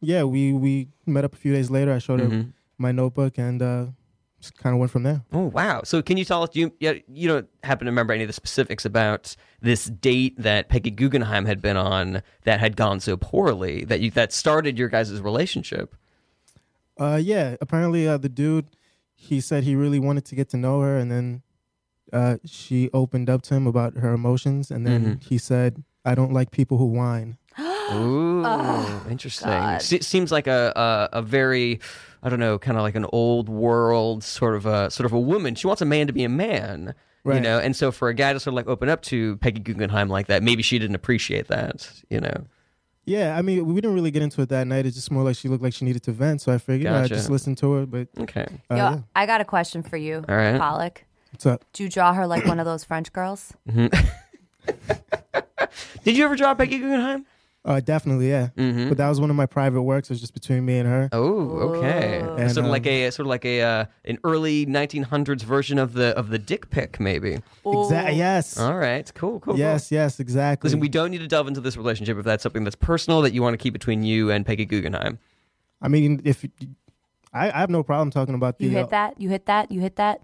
[SPEAKER 5] yeah, we we met up a few days later. I showed her my notebook, and uh, just kind of went from there.
[SPEAKER 1] Oh wow! So can you tell us? Do you yeah, you don't happen to remember any of the specifics about this date that Peggy Guggenheim had been on that had gone so poorly that you that started your guys' relationship?
[SPEAKER 5] Uh, yeah. Apparently, uh, the dude, he said he really wanted to get to know her, and then uh, she opened up to him about her emotions, and then he said, "I don't like people who whine."
[SPEAKER 1] Ooh, interesting. Se- seems like a, a a very I don't know, kind of like an old world sort of a sort of a woman. She wants a man to be a man, you
[SPEAKER 5] Right.
[SPEAKER 1] know. And so for a guy to sort of like open up to Peggy Guggenheim like that, maybe she didn't appreciate that, you know.
[SPEAKER 5] Yeah, I mean, we didn't really get into it that night. It's just more like she looked like she needed to vent, so I figured you know,
[SPEAKER 1] Gotcha.
[SPEAKER 5] I just listened to her. But
[SPEAKER 1] Okay.
[SPEAKER 5] uh,
[SPEAKER 4] Yo,
[SPEAKER 5] yeah.
[SPEAKER 4] I got a question for you,
[SPEAKER 1] All right.
[SPEAKER 4] Pollock.
[SPEAKER 5] what's up?
[SPEAKER 4] Do you draw her like one of those French
[SPEAKER 5] <clears throat>
[SPEAKER 4] girls?
[SPEAKER 1] Did you ever draw Becky Guggenheim?
[SPEAKER 5] Uh, definitely, yeah.
[SPEAKER 1] Mm-hmm.
[SPEAKER 5] But that was one of my private works. It was just between me and her.
[SPEAKER 1] Oh, okay.
[SPEAKER 5] And, um,
[SPEAKER 1] sort of like a sort of like a uh, an early 1900s version of the of the dick pic, maybe.
[SPEAKER 5] Exactly. Yes.
[SPEAKER 1] All right. Cool. Cool. cool.
[SPEAKER 5] yes. Yes.
[SPEAKER 1] Oh.
[SPEAKER 5] Exactly.
[SPEAKER 1] Listen, we don't need to delve into this relationship if that's something that's personal that you want to keep between you and Peggy Guggenheim.
[SPEAKER 5] I mean, if I, I have no problem talking about the,
[SPEAKER 4] You
[SPEAKER 5] uh,
[SPEAKER 4] hit that? You hit that? You hit that?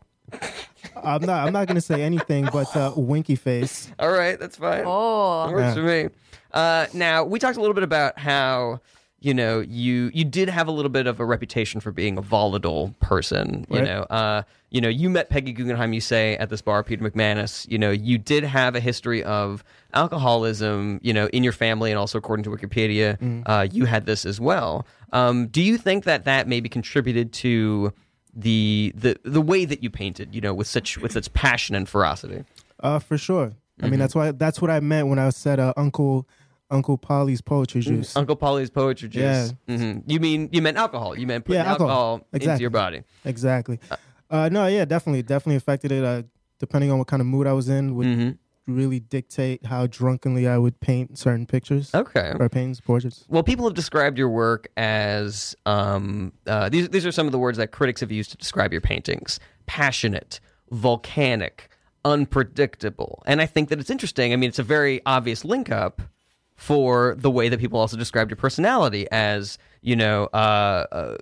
[SPEAKER 5] I'm not. I'm not going to say anything, but uh, winky face.
[SPEAKER 1] All right, that's fine.
[SPEAKER 4] Oh.
[SPEAKER 1] That works
[SPEAKER 5] Yeah.
[SPEAKER 1] for me. Uh, now we talked a little bit about how you know you you did have a little bit of a reputation for being a volatile person. You
[SPEAKER 5] Right.
[SPEAKER 1] know, uh, you know, you met Peggy Guggenheim. You say at this bar, Peter McManus. You know, you did have a history of alcoholism. You know, in your family, and also according to Wikipedia,
[SPEAKER 5] Mm-hmm.
[SPEAKER 1] uh, you had this as well. Um, do you think that that maybe contributed to? The, the the way that you painted, you know, with such with such passion and ferocity.
[SPEAKER 5] Uh, for sure. I
[SPEAKER 1] Mm-hmm.
[SPEAKER 5] mean, that's why. That's what I meant when I said uh, Uncle Uncle Polly's poetry
[SPEAKER 1] Mm,
[SPEAKER 5] juice.
[SPEAKER 1] Uncle Polly's poetry juice.
[SPEAKER 5] Yeah.
[SPEAKER 1] hmm You mean you meant alcohol? You meant putting
[SPEAKER 5] Yeah,
[SPEAKER 1] alcohol,
[SPEAKER 5] alcohol.
[SPEAKER 1] into
[SPEAKER 5] Exactly.
[SPEAKER 1] your body?
[SPEAKER 5] Exactly. Uh, no, yeah, definitely, definitely affected it. Uh, depending on what kind of mood I was in, would
[SPEAKER 1] Mm-hmm.
[SPEAKER 5] really dictate how drunkenly I would paint certain pictures
[SPEAKER 1] Okay.
[SPEAKER 5] or paintings, portraits.
[SPEAKER 1] Well, people have described your work as um, uh, these. These are some of the words that critics have used to describe your paintings: passionate, volcanic, unpredictable. And I think that it's interesting. I mean, it's a very obvious link up for the way that people also described your personality as you know uh, uh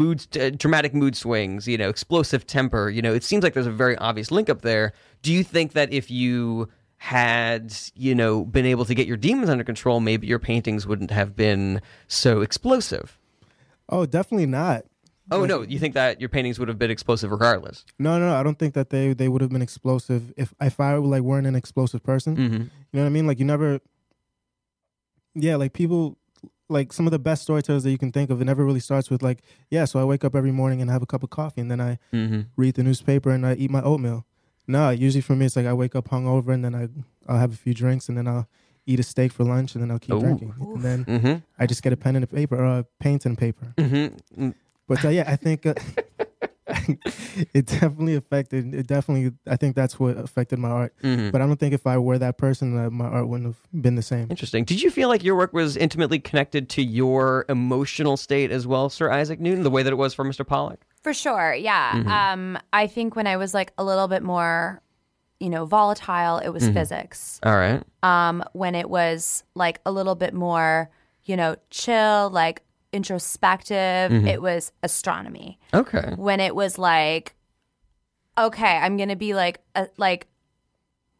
[SPEAKER 1] mood uh, dramatic mood swings you know explosive temper you know it seems like there's a very obvious link up there do you think that if you had you know been able to get your demons under control maybe your paintings wouldn't have been so explosive
[SPEAKER 5] Oh, definitely not.
[SPEAKER 1] oh no you think that your paintings would have been explosive regardless
[SPEAKER 5] No, no, I don't think that they they would have been explosive if if I like weren't an explosive person.
[SPEAKER 1] Mm. Mm-hmm.
[SPEAKER 5] You know what I mean? Like you never, yeah, like people, like some of the best storytellers that you can think of. It never really starts with like, yeah. So I wake up every morning and have a cup of coffee, and then I read the newspaper and I eat my oatmeal. No, usually for me it's like I wake up hungover and then I I'll have a few drinks and then I'll eat a steak for lunch and then I'll keep
[SPEAKER 1] Ooh.
[SPEAKER 5] drinking and then
[SPEAKER 1] Mm-hmm.
[SPEAKER 5] I just get a pen and a paper or a paint and paper. But uh, yeah, I think uh, <laughs> it definitely affected. It definitely, I think that's what affected my art. But I don't think if I were that person, uh, my art wouldn't have been the
[SPEAKER 1] <laughs>
[SPEAKER 5] same.
[SPEAKER 1] interesting did you feel like your work was intimately connected to your emotional state as well sir isaac newton the way that it was for mr pollock
[SPEAKER 4] For sure, yeah.
[SPEAKER 1] Mm-hmm.
[SPEAKER 4] Um, I think when I was like a little bit more, you know, volatile, it was
[SPEAKER 1] Mm-hmm.
[SPEAKER 4] physics.
[SPEAKER 1] all right
[SPEAKER 4] Um, when it was like a little bit more, you know, chill, like introspective,
[SPEAKER 1] Mm-hmm.
[SPEAKER 4] it was astronomy.
[SPEAKER 1] okay
[SPEAKER 4] When it was like, okay, I'm gonna be like a like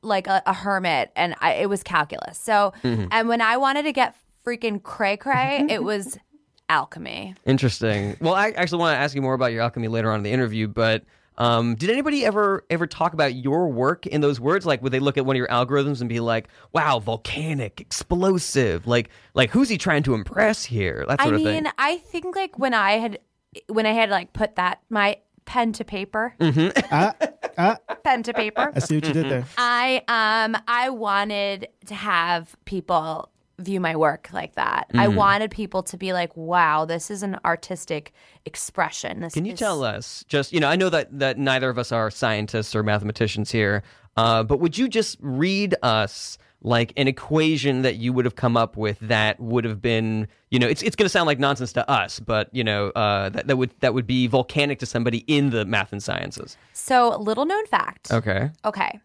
[SPEAKER 4] like a, a hermit, and I, it was calculus. So,
[SPEAKER 1] Mm-hmm.
[SPEAKER 4] and when I wanted to get freaking cray cray, it was
[SPEAKER 1] <laughs>
[SPEAKER 4] alchemy.
[SPEAKER 1] Interesting. Well, I actually want to ask you more about your alchemy later on in the interview, but um, did anybody ever ever talk about your work in those words? Like, would they look at one of your algorithms and be like, "Wow, volcanic, explosive"? Like, like who's he trying to impress here? That
[SPEAKER 4] I
[SPEAKER 1] sort
[SPEAKER 4] mean,
[SPEAKER 1] of thing.
[SPEAKER 4] I think like when I had when I had like put that my pen to paper,
[SPEAKER 1] Mm.
[SPEAKER 4] <laughs> pen to
[SPEAKER 1] <laughs>
[SPEAKER 4] paper.
[SPEAKER 5] Ah, I see what you did there.
[SPEAKER 4] I um I wanted to have people view my work like that. I
[SPEAKER 1] Mm-hmm.
[SPEAKER 4] wanted people to be like, "Wow, this is an artistic expression." This
[SPEAKER 1] Can you
[SPEAKER 4] is-
[SPEAKER 1] tell us just you know? I know that that neither of us are scientists or mathematicians here, uh, but would you just read us? Like an equation that you would have come up with that would have been, you know, it's it's going to sound like nonsense to us, but you know, uh, that, that would that would be volcanic to somebody in the math and sciences.
[SPEAKER 4] So, little known fact.
[SPEAKER 1] Okay.
[SPEAKER 4] Okay.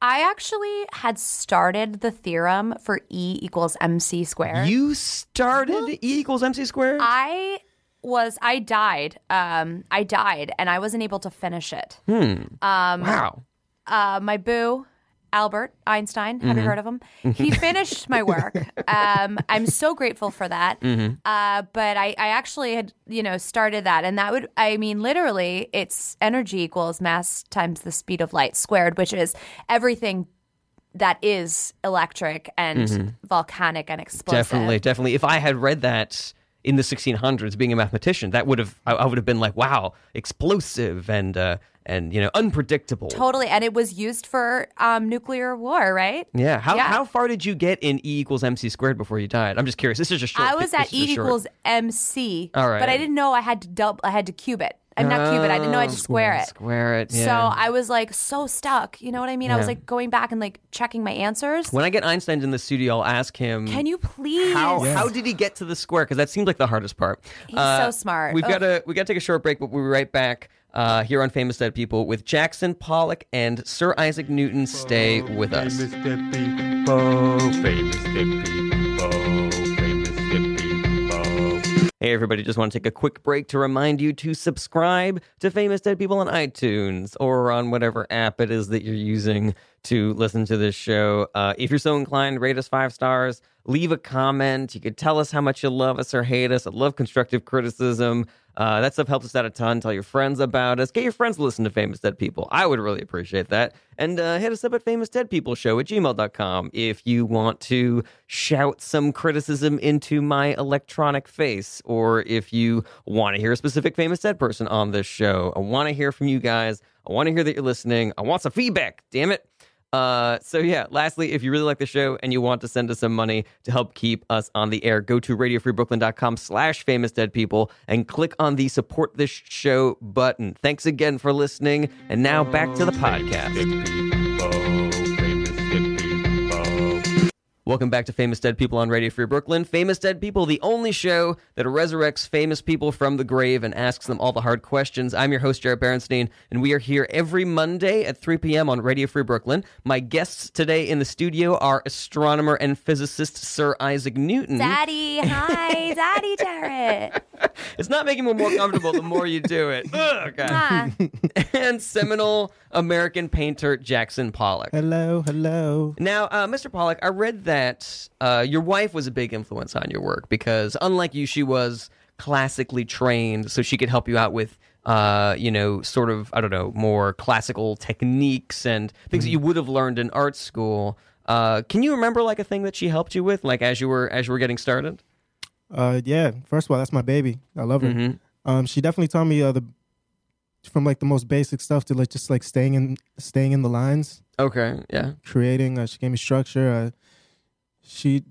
[SPEAKER 4] I actually had started the theorem for E equals MC squared.
[SPEAKER 1] You started E equals MC squared.
[SPEAKER 4] I was I died. Um, I died, and I wasn't able to finish it.
[SPEAKER 1] Hmm. wow.
[SPEAKER 4] Uh, my boo, Albert Einstein. Have you heard of him? He finished my work. Um, I'm so grateful for that. Uh, but I, I actually had you know started that, and that would I mean literally, it's energy equals mass times the speed of light squared, which is everything. That is electric and volcanic and explosive.
[SPEAKER 1] Definitely, definitely. If I had read that in the 1600s being a mathematician, that would have I, I would have been like, wow, explosive and uh, and you know unpredictable.
[SPEAKER 4] Totally. And it was used for um, nuclear war, right?
[SPEAKER 1] Yeah. How
[SPEAKER 4] Yeah.
[SPEAKER 1] how far did you get in E equals MC squared before you died? I'm just curious. This is just short.
[SPEAKER 4] I was
[SPEAKER 1] this
[SPEAKER 4] at
[SPEAKER 1] is just
[SPEAKER 4] E
[SPEAKER 1] short.
[SPEAKER 4] equals MC,
[SPEAKER 1] All right.
[SPEAKER 4] but I didn't know I had to double. I had to cube it. I'm not cube it. I didn't know I had to square it.
[SPEAKER 1] Ah, Oh, Square it. Yeah.
[SPEAKER 4] So I was like so stuck. You know what I mean? I
[SPEAKER 1] Yeah.
[SPEAKER 4] was like going back and like checking my answers.
[SPEAKER 1] when I get Einstein in the studio, I'll ask him.
[SPEAKER 4] Can you please?
[SPEAKER 1] How, how did he get to the square? Because that seemed like the hardest part. Uh,
[SPEAKER 4] He's so smart.
[SPEAKER 1] We've
[SPEAKER 4] Ugh.
[SPEAKER 1] got to we got to take a short break, but we'll be right back uh, here on Famous Dead People with Jackson Pollock and Sir Isaac Newton. Stay with us.
[SPEAKER 2] Famous dead people. Famous dead people. Famous dead people.
[SPEAKER 1] Hey, everybody, just want to take a quick break to remind you to subscribe to Famous Dead People on iTunes or on whatever app it is that you're using to listen to this show. Uh, if you're so inclined, rate us five stars, leave a comment. You could tell us how much you love us or hate us. I love constructive criticism. Uh, that stuff helps us out a ton. Tell your friends about us. Get your friends to listen to Famous Dead People. I would really appreciate that. And uh, hit us up at famousdeadpeopleshow at gmail.com if you want to shout some criticism into my electronic face or if you want to hear a specific famous dead person on this show. I want to hear from you guys. I want to hear that you're listening. I want some feedback, damn it. Uh, so yeah, lastly, if you really like the show and you want to send us some money to help keep us on the air, go to radiofreebrooklyn.com slash famous dead people and click on the support this show button. Thanks again for listening. And now back to the podcast. Welcome back to Famous Dead People on Radio Free Brooklyn. Famous Dead People, the only show that resurrects famous people from the grave and asks them all the hard questions. I'm your host, Jared Berenstein, and we are here every Monday at 3 p.m. on Radio Free Brooklyn. My guests today in the studio are astronomer and physicist Sir Isaac Newton.
[SPEAKER 4] <laughs>
[SPEAKER 1] <laughs>
[SPEAKER 4] Daddy, hi, Daddy Jarrett.
[SPEAKER 1] It's not making me more comfortable the more you do it. Ugh, God. <laughs>
[SPEAKER 4] Huh.
[SPEAKER 1] And seminal American painter Jackson Pollock.
[SPEAKER 5] Hello, hello.
[SPEAKER 1] Now, uh, Mr. Pollock, I read that uh, your wife was a big influence on your work because, unlike you, she was classically trained, so she could help you out with, uh, you know, sort of, I don't know, more classical techniques and things that you would have learned in art school. Uh, can you remember like a thing that she helped you with, like as you were as you were getting started?
[SPEAKER 5] Uh, yeah. First of all, that's my baby. I love her.
[SPEAKER 1] Mm-hmm.
[SPEAKER 5] Um, she definitely taught me uh, the from like the most basic stuff to like just like staying in staying in the lines,
[SPEAKER 1] Okay, yeah,
[SPEAKER 5] creating. Uh, she gave me structure. Uh, she,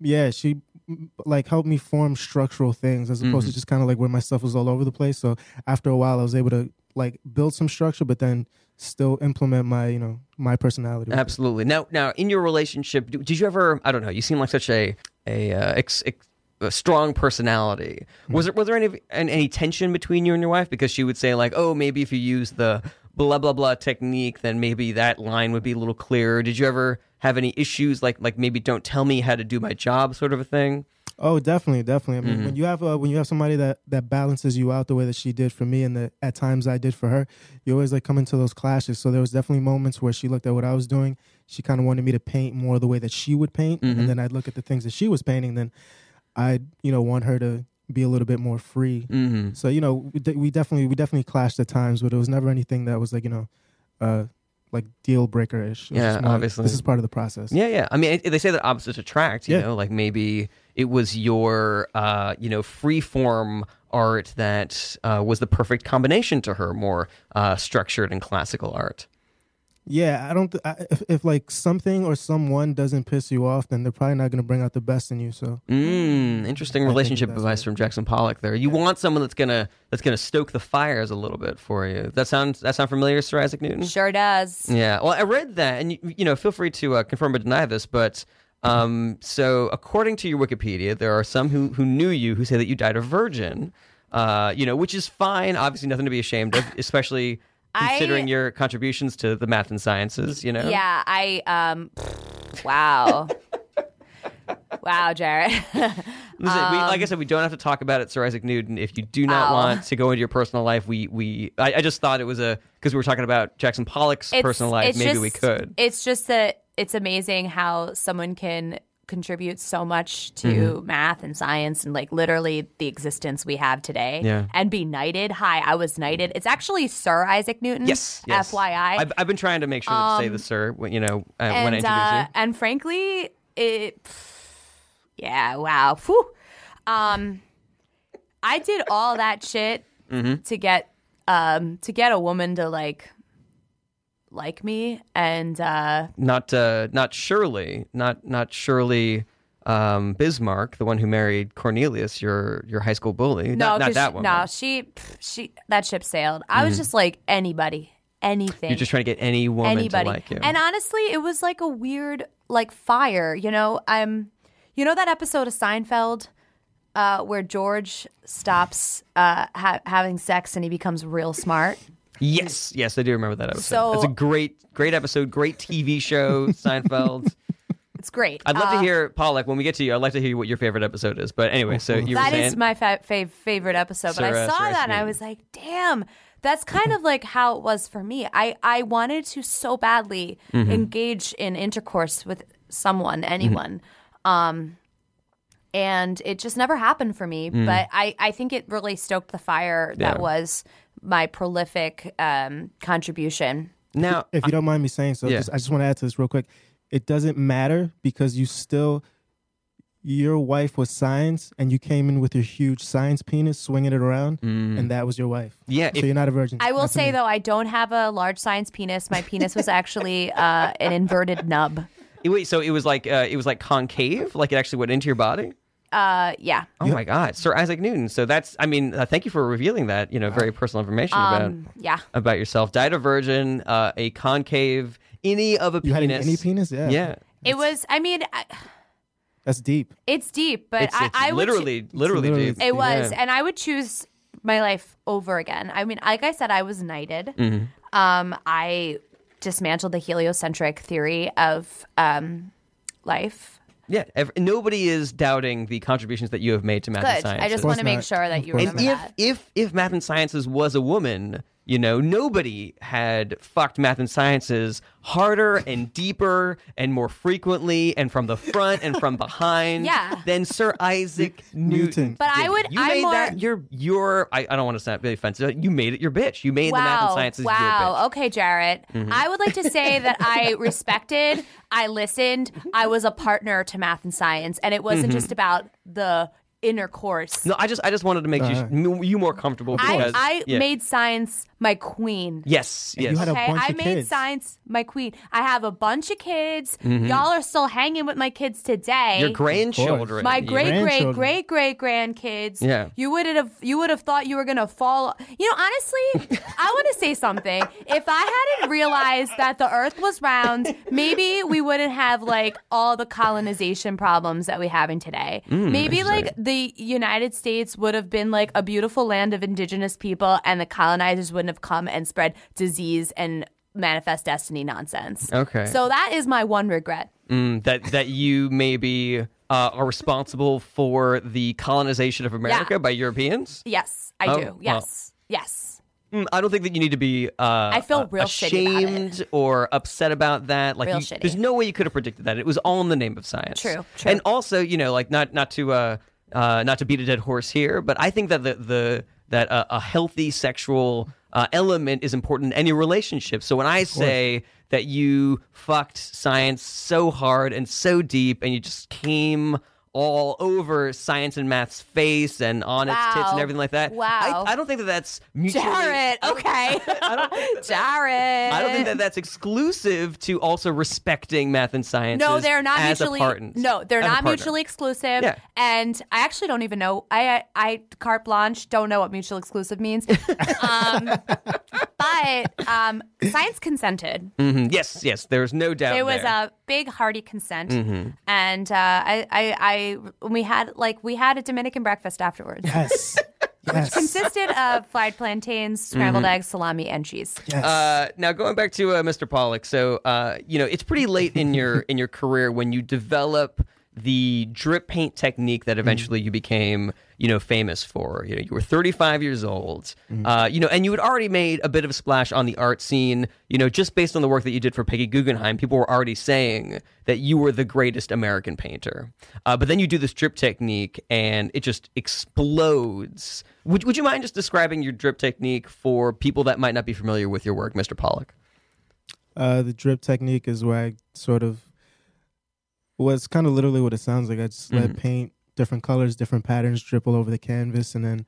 [SPEAKER 5] yeah, she mm, like helped me form structural things as opposed to just kind of like where my stuff was all over the place. So after a while, I was able to like build some structure, but then still implement my you know my personality. with it.
[SPEAKER 1] absolutely. Now, now in your relationship, d- did you ever? I don't know. You seem like such a a uh, ex, ex, a strong personality. Was there was there any an- any tension between you and your wife? Because she would say like, oh, maybe if you use the blah blah blah technique, then maybe that line would be a little clearer. Did you ever have any issues like like maybe don't tell me how to do my job sort of a thing?
[SPEAKER 5] Oh, definitely, definitely. I mean,
[SPEAKER 1] Mm-hmm.
[SPEAKER 5] when you have uh, when you have somebody that that balances you out the way that she did for me, and that at times I did for her, you always like come into those clashes. So there was definitely moments where she looked at what I was doing. She kind of wanted me to paint more the way that she would paint,
[SPEAKER 1] Mm-hmm.
[SPEAKER 5] and then I'd look at the things that she was painting. Then I'd you know want her to be a little bit more free.
[SPEAKER 1] Mm-hmm.
[SPEAKER 5] So you know we, de- we definitely we definitely clashed at times, but it was never anything that was like you know, uh, like deal breaker ish.
[SPEAKER 1] Yeah, obviously.
[SPEAKER 5] this is part of the process.
[SPEAKER 1] Yeah, yeah. I mean, it- they say that opposites attract. You
[SPEAKER 5] Yeah.
[SPEAKER 1] know, like maybe it was your, uh, you know, free form art that uh, was the perfect combination to her, more uh, structured and classical art.
[SPEAKER 5] Yeah, I don't. Th- I, if, if like something or someone doesn't piss you off, then they're probably not gonna bring out the best in you. So
[SPEAKER 1] Mm, interesting relationship advice from Jackson Pollock. There, you want someone that's gonna that's gonna stoke the fires a little bit for you. That sounds that sound familiar, Sir Isaac Newton?
[SPEAKER 4] Sure does.
[SPEAKER 1] Yeah. Well, I read that, and you, you know, feel free to uh, confirm or deny this, but um, so according to your Wikipedia, there are some who who knew you who say that you died a virgin. Uh, you know, which is fine. Obviously, nothing to be ashamed
[SPEAKER 4] <laughs>
[SPEAKER 1] of, especially
[SPEAKER 4] I-
[SPEAKER 1] considering your contributions to the math and sciences. You know.
[SPEAKER 4] Yeah, I um
[SPEAKER 1] <laughs>
[SPEAKER 4] wow. wow, Jared. <laughs>
[SPEAKER 1] Listen, we, like
[SPEAKER 4] um,
[SPEAKER 1] I said, we don't have to talk about it, Sir Isaac Newton. If you do not
[SPEAKER 4] Ow.
[SPEAKER 1] want to go into your personal life, we we I, I just thought it was a because we were talking about Jackson Pollock's personal life. Maybe we
[SPEAKER 4] just-
[SPEAKER 1] could.
[SPEAKER 4] It's just that it's amazing how someone can contribute so much to
[SPEAKER 1] Mm-hmm.
[SPEAKER 4] math and science and like literally the existence we have today
[SPEAKER 1] Yeah.
[SPEAKER 4] and be knighted. Hi, I was knighted. It's actually Sir Isaac Newton.
[SPEAKER 1] Yes, yes.
[SPEAKER 4] FYI.
[SPEAKER 1] I've, I've been trying to make sure to say the sir. when- You know, uh, when I
[SPEAKER 4] Um, and
[SPEAKER 1] introduce
[SPEAKER 4] uh,
[SPEAKER 1] you.
[SPEAKER 4] and frankly, it yeah, wow. Whew. Um I did all that shit
[SPEAKER 1] Mm-hmm.
[SPEAKER 4] to get um to get a woman to like like me and uh
[SPEAKER 1] not uh, not Shirley, not not Shirley um, Bismarck, the one who married Cornelius, your your high school bully. not,
[SPEAKER 4] no
[SPEAKER 1] not
[SPEAKER 4] 'cause
[SPEAKER 1] that
[SPEAKER 4] she-
[SPEAKER 1] one.
[SPEAKER 4] no she pff, she that ship sailed i was just like anybody anything
[SPEAKER 1] You're just trying to get any woman
[SPEAKER 4] anybody.
[SPEAKER 1] to like you.
[SPEAKER 4] And honestly, it was like a weird like fire, you know. Um, you know that episode of Seinfeld uh, where George stops uh, ha- having sex and he becomes real smart.
[SPEAKER 1] yes, yes, I do remember that episode.
[SPEAKER 4] So-
[SPEAKER 1] it's a great great episode, great TV
[SPEAKER 4] <laughs>
[SPEAKER 1] show, Seinfeld.
[SPEAKER 4] It's great.
[SPEAKER 1] I'd love
[SPEAKER 4] Uh,
[SPEAKER 1] to hear Paul. Like when we get to you, I'd like to hear what your favorite episode is. But anyway, so you were
[SPEAKER 4] That
[SPEAKER 1] saying
[SPEAKER 4] is my fa- fav- favorite episode. but
[SPEAKER 1] Sarah-
[SPEAKER 4] I saw
[SPEAKER 1] Sarah
[SPEAKER 4] that and I
[SPEAKER 1] Smeaton.
[SPEAKER 4] was like, damn, that's kind of like how it was for me. I, I wanted to so badly
[SPEAKER 1] Mm-hmm.
[SPEAKER 4] engage in intercourse with someone, anyone. Um, and it just never happened for me. But I, I think it really stoked the fire
[SPEAKER 1] Mm. Yeah.
[SPEAKER 4] that was my prolific um, contribution.
[SPEAKER 1] now.
[SPEAKER 5] if you don't mind me saying so,
[SPEAKER 1] Yeah.
[SPEAKER 5] just, I just want to add to this real quick. It doesn't matter because you still, your wife was science, and you came in with your huge science penis swinging it around, and that was your wife.
[SPEAKER 1] Mm. Yeah,
[SPEAKER 5] so
[SPEAKER 1] if-
[SPEAKER 5] you're not a virgin.
[SPEAKER 4] I will
[SPEAKER 5] That's
[SPEAKER 4] say
[SPEAKER 5] amazing.
[SPEAKER 4] though, I don't have a large science penis. My penis was actually uh, an inverted nub.
[SPEAKER 1] Wait, so it was like uh, it was like concave, like it actually went into your body.
[SPEAKER 4] Uh, yeah.
[SPEAKER 1] Oh my God, Sir Isaac Newton. So that's, I mean, uh, thank you for revealing that. You know, very
[SPEAKER 5] Ah.
[SPEAKER 1] personal information
[SPEAKER 4] Um, yeah.
[SPEAKER 1] about about yourself. Died a virgin, uh, a concave, any of a penis.
[SPEAKER 5] You had an- any penis? Yeah.
[SPEAKER 1] Yeah,
[SPEAKER 4] It was. I mean, I-
[SPEAKER 5] That's deep.
[SPEAKER 4] it's deep, but
[SPEAKER 1] it's,
[SPEAKER 4] I,
[SPEAKER 1] it's
[SPEAKER 4] I would choo-
[SPEAKER 1] literally, literally,
[SPEAKER 5] literally-
[SPEAKER 1] deep.
[SPEAKER 4] it was,
[SPEAKER 1] Yeah.
[SPEAKER 4] and I would choose my life over again. I mean, like I said, I was knighted.
[SPEAKER 1] Mm-hmm.
[SPEAKER 4] Um, I dismantled the heliocentric theory of um, life.
[SPEAKER 1] Yeah, ev- nobody is doubting the contributions that you have made to math and
[SPEAKER 4] Good.
[SPEAKER 1] science.
[SPEAKER 4] I just
[SPEAKER 5] Of
[SPEAKER 4] want to make
[SPEAKER 5] course not.
[SPEAKER 4] sure that
[SPEAKER 1] <laughs>
[SPEAKER 4] you
[SPEAKER 5] Of course
[SPEAKER 1] and
[SPEAKER 4] remember
[SPEAKER 1] if if
[SPEAKER 4] that.
[SPEAKER 1] if math and sciences was a woman you know nobody had fucked math and sciences harder and deeper and more frequently and from the front and from behind
[SPEAKER 4] Yeah.
[SPEAKER 1] than sir isaac newton
[SPEAKER 5] Newton.
[SPEAKER 4] But I
[SPEAKER 1] did.
[SPEAKER 4] would-
[SPEAKER 1] you
[SPEAKER 4] I'm
[SPEAKER 1] made
[SPEAKER 4] more-
[SPEAKER 1] that your your i, I don't want to sound really offensive you made it your bitch you made the math and sciences your
[SPEAKER 4] Wow.
[SPEAKER 1] bitch Mm-hmm.
[SPEAKER 4] Okay, Jarrett. I would like to say
[SPEAKER 1] <laughs>
[SPEAKER 4] that I respected, I listened, I was a partner to math and science, and it wasn't just about the intercourse.
[SPEAKER 1] Mm-hmm. no i just i just wanted to make you-
[SPEAKER 5] Uh-huh.
[SPEAKER 1] you you more comfortable
[SPEAKER 4] I,
[SPEAKER 1] because
[SPEAKER 4] I
[SPEAKER 1] yeah.
[SPEAKER 4] made science my queen.
[SPEAKER 1] yes yes
[SPEAKER 5] you had a
[SPEAKER 4] Okay,
[SPEAKER 5] bunch
[SPEAKER 4] I
[SPEAKER 5] of
[SPEAKER 4] made
[SPEAKER 5] kids. Mm-hmm.
[SPEAKER 4] science my queen. I have a bunch of kids. Y'all are still hanging with my kids today.
[SPEAKER 1] your grandchildren
[SPEAKER 4] my
[SPEAKER 1] you-
[SPEAKER 4] great great
[SPEAKER 5] Grandchildren.
[SPEAKER 4] great great grandkids.
[SPEAKER 1] Yeah.
[SPEAKER 4] You would have you would have thought you were gonna fall. You know,
[SPEAKER 1] <laughs>
[SPEAKER 4] honestly, I want to say something. If I hadn't realized that the Earth was round, maybe we wouldn't have like all the colonization problems that we having today.
[SPEAKER 1] Mm,
[SPEAKER 4] maybe like the United States would have been like a beautiful land of indigenous people, and the colonizers wouldn't have come and spread disease and manifest destiny nonsense.
[SPEAKER 1] Okay.
[SPEAKER 4] So that is my one regret.
[SPEAKER 1] Mm, that that you maybe uh, are responsible for the colonization of America by Europeans.
[SPEAKER 4] Yes, I
[SPEAKER 1] Oh, well.
[SPEAKER 4] do. Yes. Yes.
[SPEAKER 1] Mm, I don't think that you need to be. Uh, I
[SPEAKER 4] feel real shitty about it.
[SPEAKER 1] ashamed or upset about that. Like,
[SPEAKER 4] Real
[SPEAKER 1] you-
[SPEAKER 4] shitty.
[SPEAKER 1] there's no way you could have predicted that. It was all in the name of science.
[SPEAKER 4] True, true.
[SPEAKER 1] And also, you know, like not not to uh, uh, not to beat a dead horse here, but I think that the the that uh, a healthy sexual uh, element is important in any relationship. So when I say that you fucked science so hard and so deep, and you just came all over science and math's face and on its tits and
[SPEAKER 4] Wow.
[SPEAKER 1] everything like that.
[SPEAKER 4] Wow.
[SPEAKER 1] I, I don't think that that's mutually.
[SPEAKER 4] Jared, <laughs> okay.
[SPEAKER 1] <laughs>
[SPEAKER 4] Jared.
[SPEAKER 1] I don't think that that's exclusive to also respecting math and science.
[SPEAKER 4] No, they're not
[SPEAKER 1] as
[SPEAKER 4] mutually.
[SPEAKER 1] A partners,
[SPEAKER 4] no, they're
[SPEAKER 1] as a
[SPEAKER 4] not
[SPEAKER 1] partner.
[SPEAKER 4] mutually exclusive.
[SPEAKER 1] Yeah.
[SPEAKER 4] And I actually don't even know. I I, I carte blanche don't know what mutual
[SPEAKER 1] <laughs>
[SPEAKER 4] exclusive means. um, but um, science consented.
[SPEAKER 1] Mhm. Yes, yes. There's no doubt.
[SPEAKER 4] It was
[SPEAKER 1] there.
[SPEAKER 4] a big hearty consent,
[SPEAKER 1] Mm-hmm.
[SPEAKER 4] and uh, I, I, I, we had like we had a Dominican breakfast
[SPEAKER 1] <laughs>
[SPEAKER 4] afterwards. <laughs>
[SPEAKER 5] Yes. yes.
[SPEAKER 4] Consisted of fried plantains, scrambled
[SPEAKER 1] Mm-hmm.
[SPEAKER 4] eggs, salami, and cheese.
[SPEAKER 5] yes.
[SPEAKER 1] Uh, now going back to uh, Mr. Pollock, so uh, you know it's pretty late in
[SPEAKER 4] <laughs>
[SPEAKER 1] your in your career when you develop the drip paint technique
[SPEAKER 4] Mm.
[SPEAKER 1] that eventually you became you know famous for. You know you were 35 years old,
[SPEAKER 4] Mm.
[SPEAKER 1] uh, you know, and you had already made a bit of a splash on the art scene. You know, just based on the work that you did for Peggy Guggenheim, people were already saying that you were the greatest American painter. Uh, but then you do this drip technique, and it just explodes. Would, would you mind just describing your drip technique for people that might not be familiar with your work, Mr. Pollock?
[SPEAKER 5] Uh, the drip technique is where I sort of, well, it's kind of literally what it sounds like. I just let paint different colors, different patterns drip all over the canvas, and then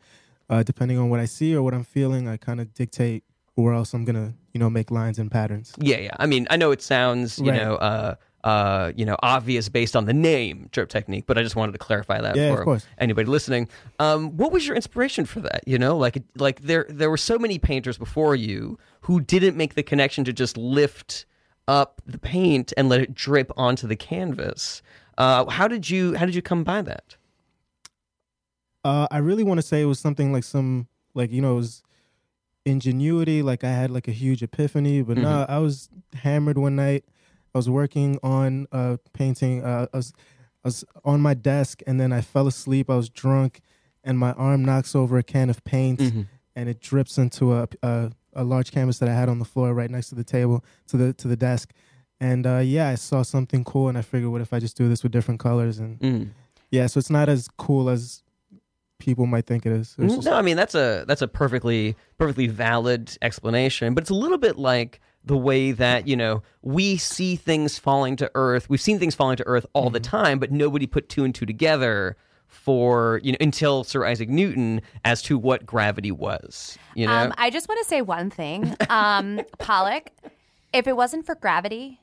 [SPEAKER 5] uh, depending on what I see or what I'm feeling, I kind of dictate where else I'm gonna you know make lines and patterns.
[SPEAKER 1] Yeah, yeah. I mean, I know it sounds, you
[SPEAKER 5] Right.
[SPEAKER 1] know, uh, uh, you know, obvious based on the name drip technique, but I just wanted to clarify that
[SPEAKER 5] Yeah,
[SPEAKER 1] for
[SPEAKER 5] of course.
[SPEAKER 1] anybody listening. Um, what was your inspiration for that? You know, like like there there were so many painters before you who didn't make the connection to just lift up the paint and let it drip onto the canvas. Uh, how did you how did you come by that?
[SPEAKER 5] Uh, I really want to say it was something like some like you know it was ingenuity. Like I had like a huge epiphany, but no, I was hammered one night. I was working on a painting. Uh, I was I was on my desk, and then I fell asleep. I was drunk, and my arm knocks over a can of paint, and it drips into a, a a large canvas that I had on the floor right next to the table to the to the desk. And uh, yeah, I saw something cool, and I figured, what if I just do this with different colors? And
[SPEAKER 1] Mm.
[SPEAKER 5] yeah, so it's not as cool as people might think it is. It's just-
[SPEAKER 1] Mm, No, I mean that's a that's a perfectly perfectly valid explanation, but it's a little bit like the way that you know we see things falling to earth. We've seen things falling to earth all the
[SPEAKER 5] Mm-hmm.
[SPEAKER 1] time, but nobody put two and two together for you know until Sir Isaac Newton as to what gravity was. You know,
[SPEAKER 4] Um, I just want to say one thing.
[SPEAKER 1] <laughs>
[SPEAKER 4] Um, Pollock, if it wasn't for gravity,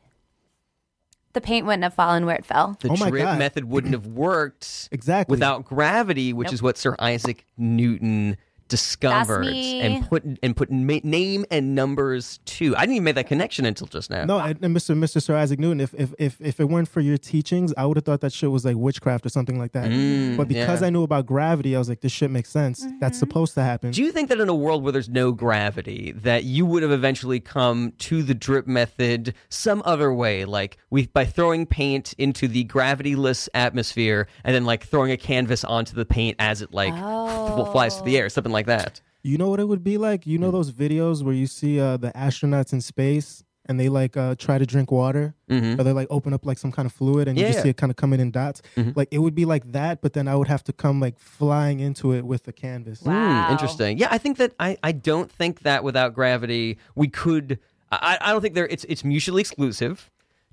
[SPEAKER 4] the paint wouldn't have fallen where it fell.
[SPEAKER 1] the
[SPEAKER 5] Oh my
[SPEAKER 1] drip
[SPEAKER 5] God.
[SPEAKER 1] method wouldn't have worked
[SPEAKER 5] <clears throat> Exactly.
[SPEAKER 1] without gravity, which is what Sir Isaac Newton discovered
[SPEAKER 4] me.
[SPEAKER 1] and put and put ma- name and numbers to. I didn't even make that connection until just now.
[SPEAKER 5] no, and, and Mr. Mr. Sir Isaac Newton, if, if if if it weren't for your teachings, I would have thought that shit was like witchcraft or something like that. but because
[SPEAKER 1] Mm, yeah.
[SPEAKER 5] I knew about gravity, I was like, this shit makes sense. That's supposed to happen.
[SPEAKER 1] Do you think that in a world where there's no gravity, that you would have eventually come to the drip method some other way, like we by throwing paint into the gravityless atmosphere and then like throwing a canvas onto the paint as it like f- flies through the air, something like that?
[SPEAKER 5] You know what it would be like? You know
[SPEAKER 1] Mm.
[SPEAKER 5] those videos where you see uh, the astronauts in space and they like uh, try to drink water or they like open up like some kind of fluid and
[SPEAKER 1] Yeah,
[SPEAKER 5] you
[SPEAKER 1] Mm-hmm. yeah.
[SPEAKER 5] just
[SPEAKER 1] Mm-hmm.
[SPEAKER 5] see it kind of coming in dots. Like it would be like that, but then I would have to come like flying into it with the canvas.
[SPEAKER 4] Wow.
[SPEAKER 1] Hmm, Interesting. Yeah, I think that I, I don't think that without gravity we could I, I don't think there it's it's mutually exclusive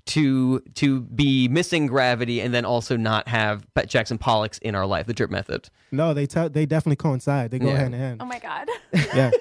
[SPEAKER 1] to to be missing gravity and then also not have Jackson Pollock's in our life, the drip method.
[SPEAKER 5] No, they tell they definitely coincide. They go
[SPEAKER 1] Yeah.
[SPEAKER 5] hand in hand.
[SPEAKER 4] Oh my God.
[SPEAKER 5] Yeah.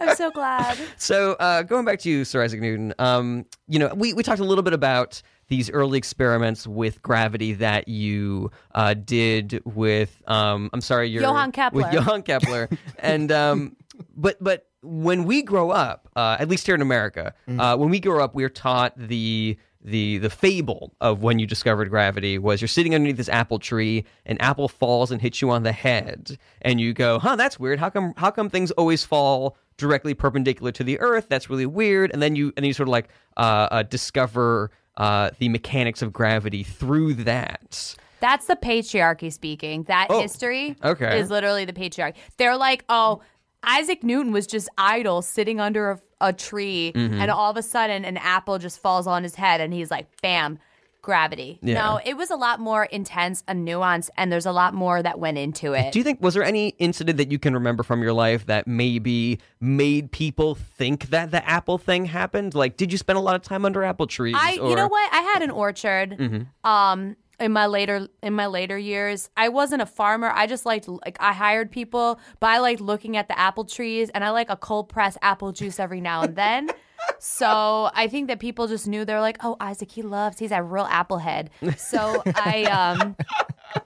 [SPEAKER 4] I'm so glad.
[SPEAKER 1] So uh, going back to you, Sir Isaac Newton, um, you know, we, we talked a little bit about these early experiments with gravity that you uh, did with, um, I'm sorry, your,
[SPEAKER 4] Johann Kepler.
[SPEAKER 1] With Johann Kepler. and, um, but, but when we grow up, uh, at least here in America, uh, when we grow up, we're taught the, the, the fable of when you discovered gravity was you're sitting underneath this apple tree, an apple falls and hits you on the head, and you go, huh, that's weird. How come, how come things always fall directly perpendicular to the Earth. That's really weird. And then you and then you sort of like uh, uh, discover uh, the mechanics of gravity through that.
[SPEAKER 4] <laughs> That's the patriarchy speaking. That history
[SPEAKER 1] Oh, okay.
[SPEAKER 4] is literally the patriarchy. They're like, oh, Isaac Newton was just idle sitting under a, a tree,
[SPEAKER 1] Mm-hmm.
[SPEAKER 4] and all of a sudden an apple just falls on his head, and he's like, bam, gravity.
[SPEAKER 1] Yeah.
[SPEAKER 4] No, it was a lot more intense and nuanced, and there's a lot more that went into it.
[SPEAKER 1] Do you think was there any incident that you can remember from your life that maybe made people think that the apple thing happened? Like, did you spend a lot of time under apple trees?
[SPEAKER 4] I,
[SPEAKER 1] or-
[SPEAKER 4] you know what? I had an orchard. Um, in my later in my later years, I wasn't a farmer. I just liked like I hired people, but I liked looking at the apple trees, and I like a cold press apple juice every now and then. so I think that people just knew they're like, oh, Isaac, he loves. He's a real apple head. So I um.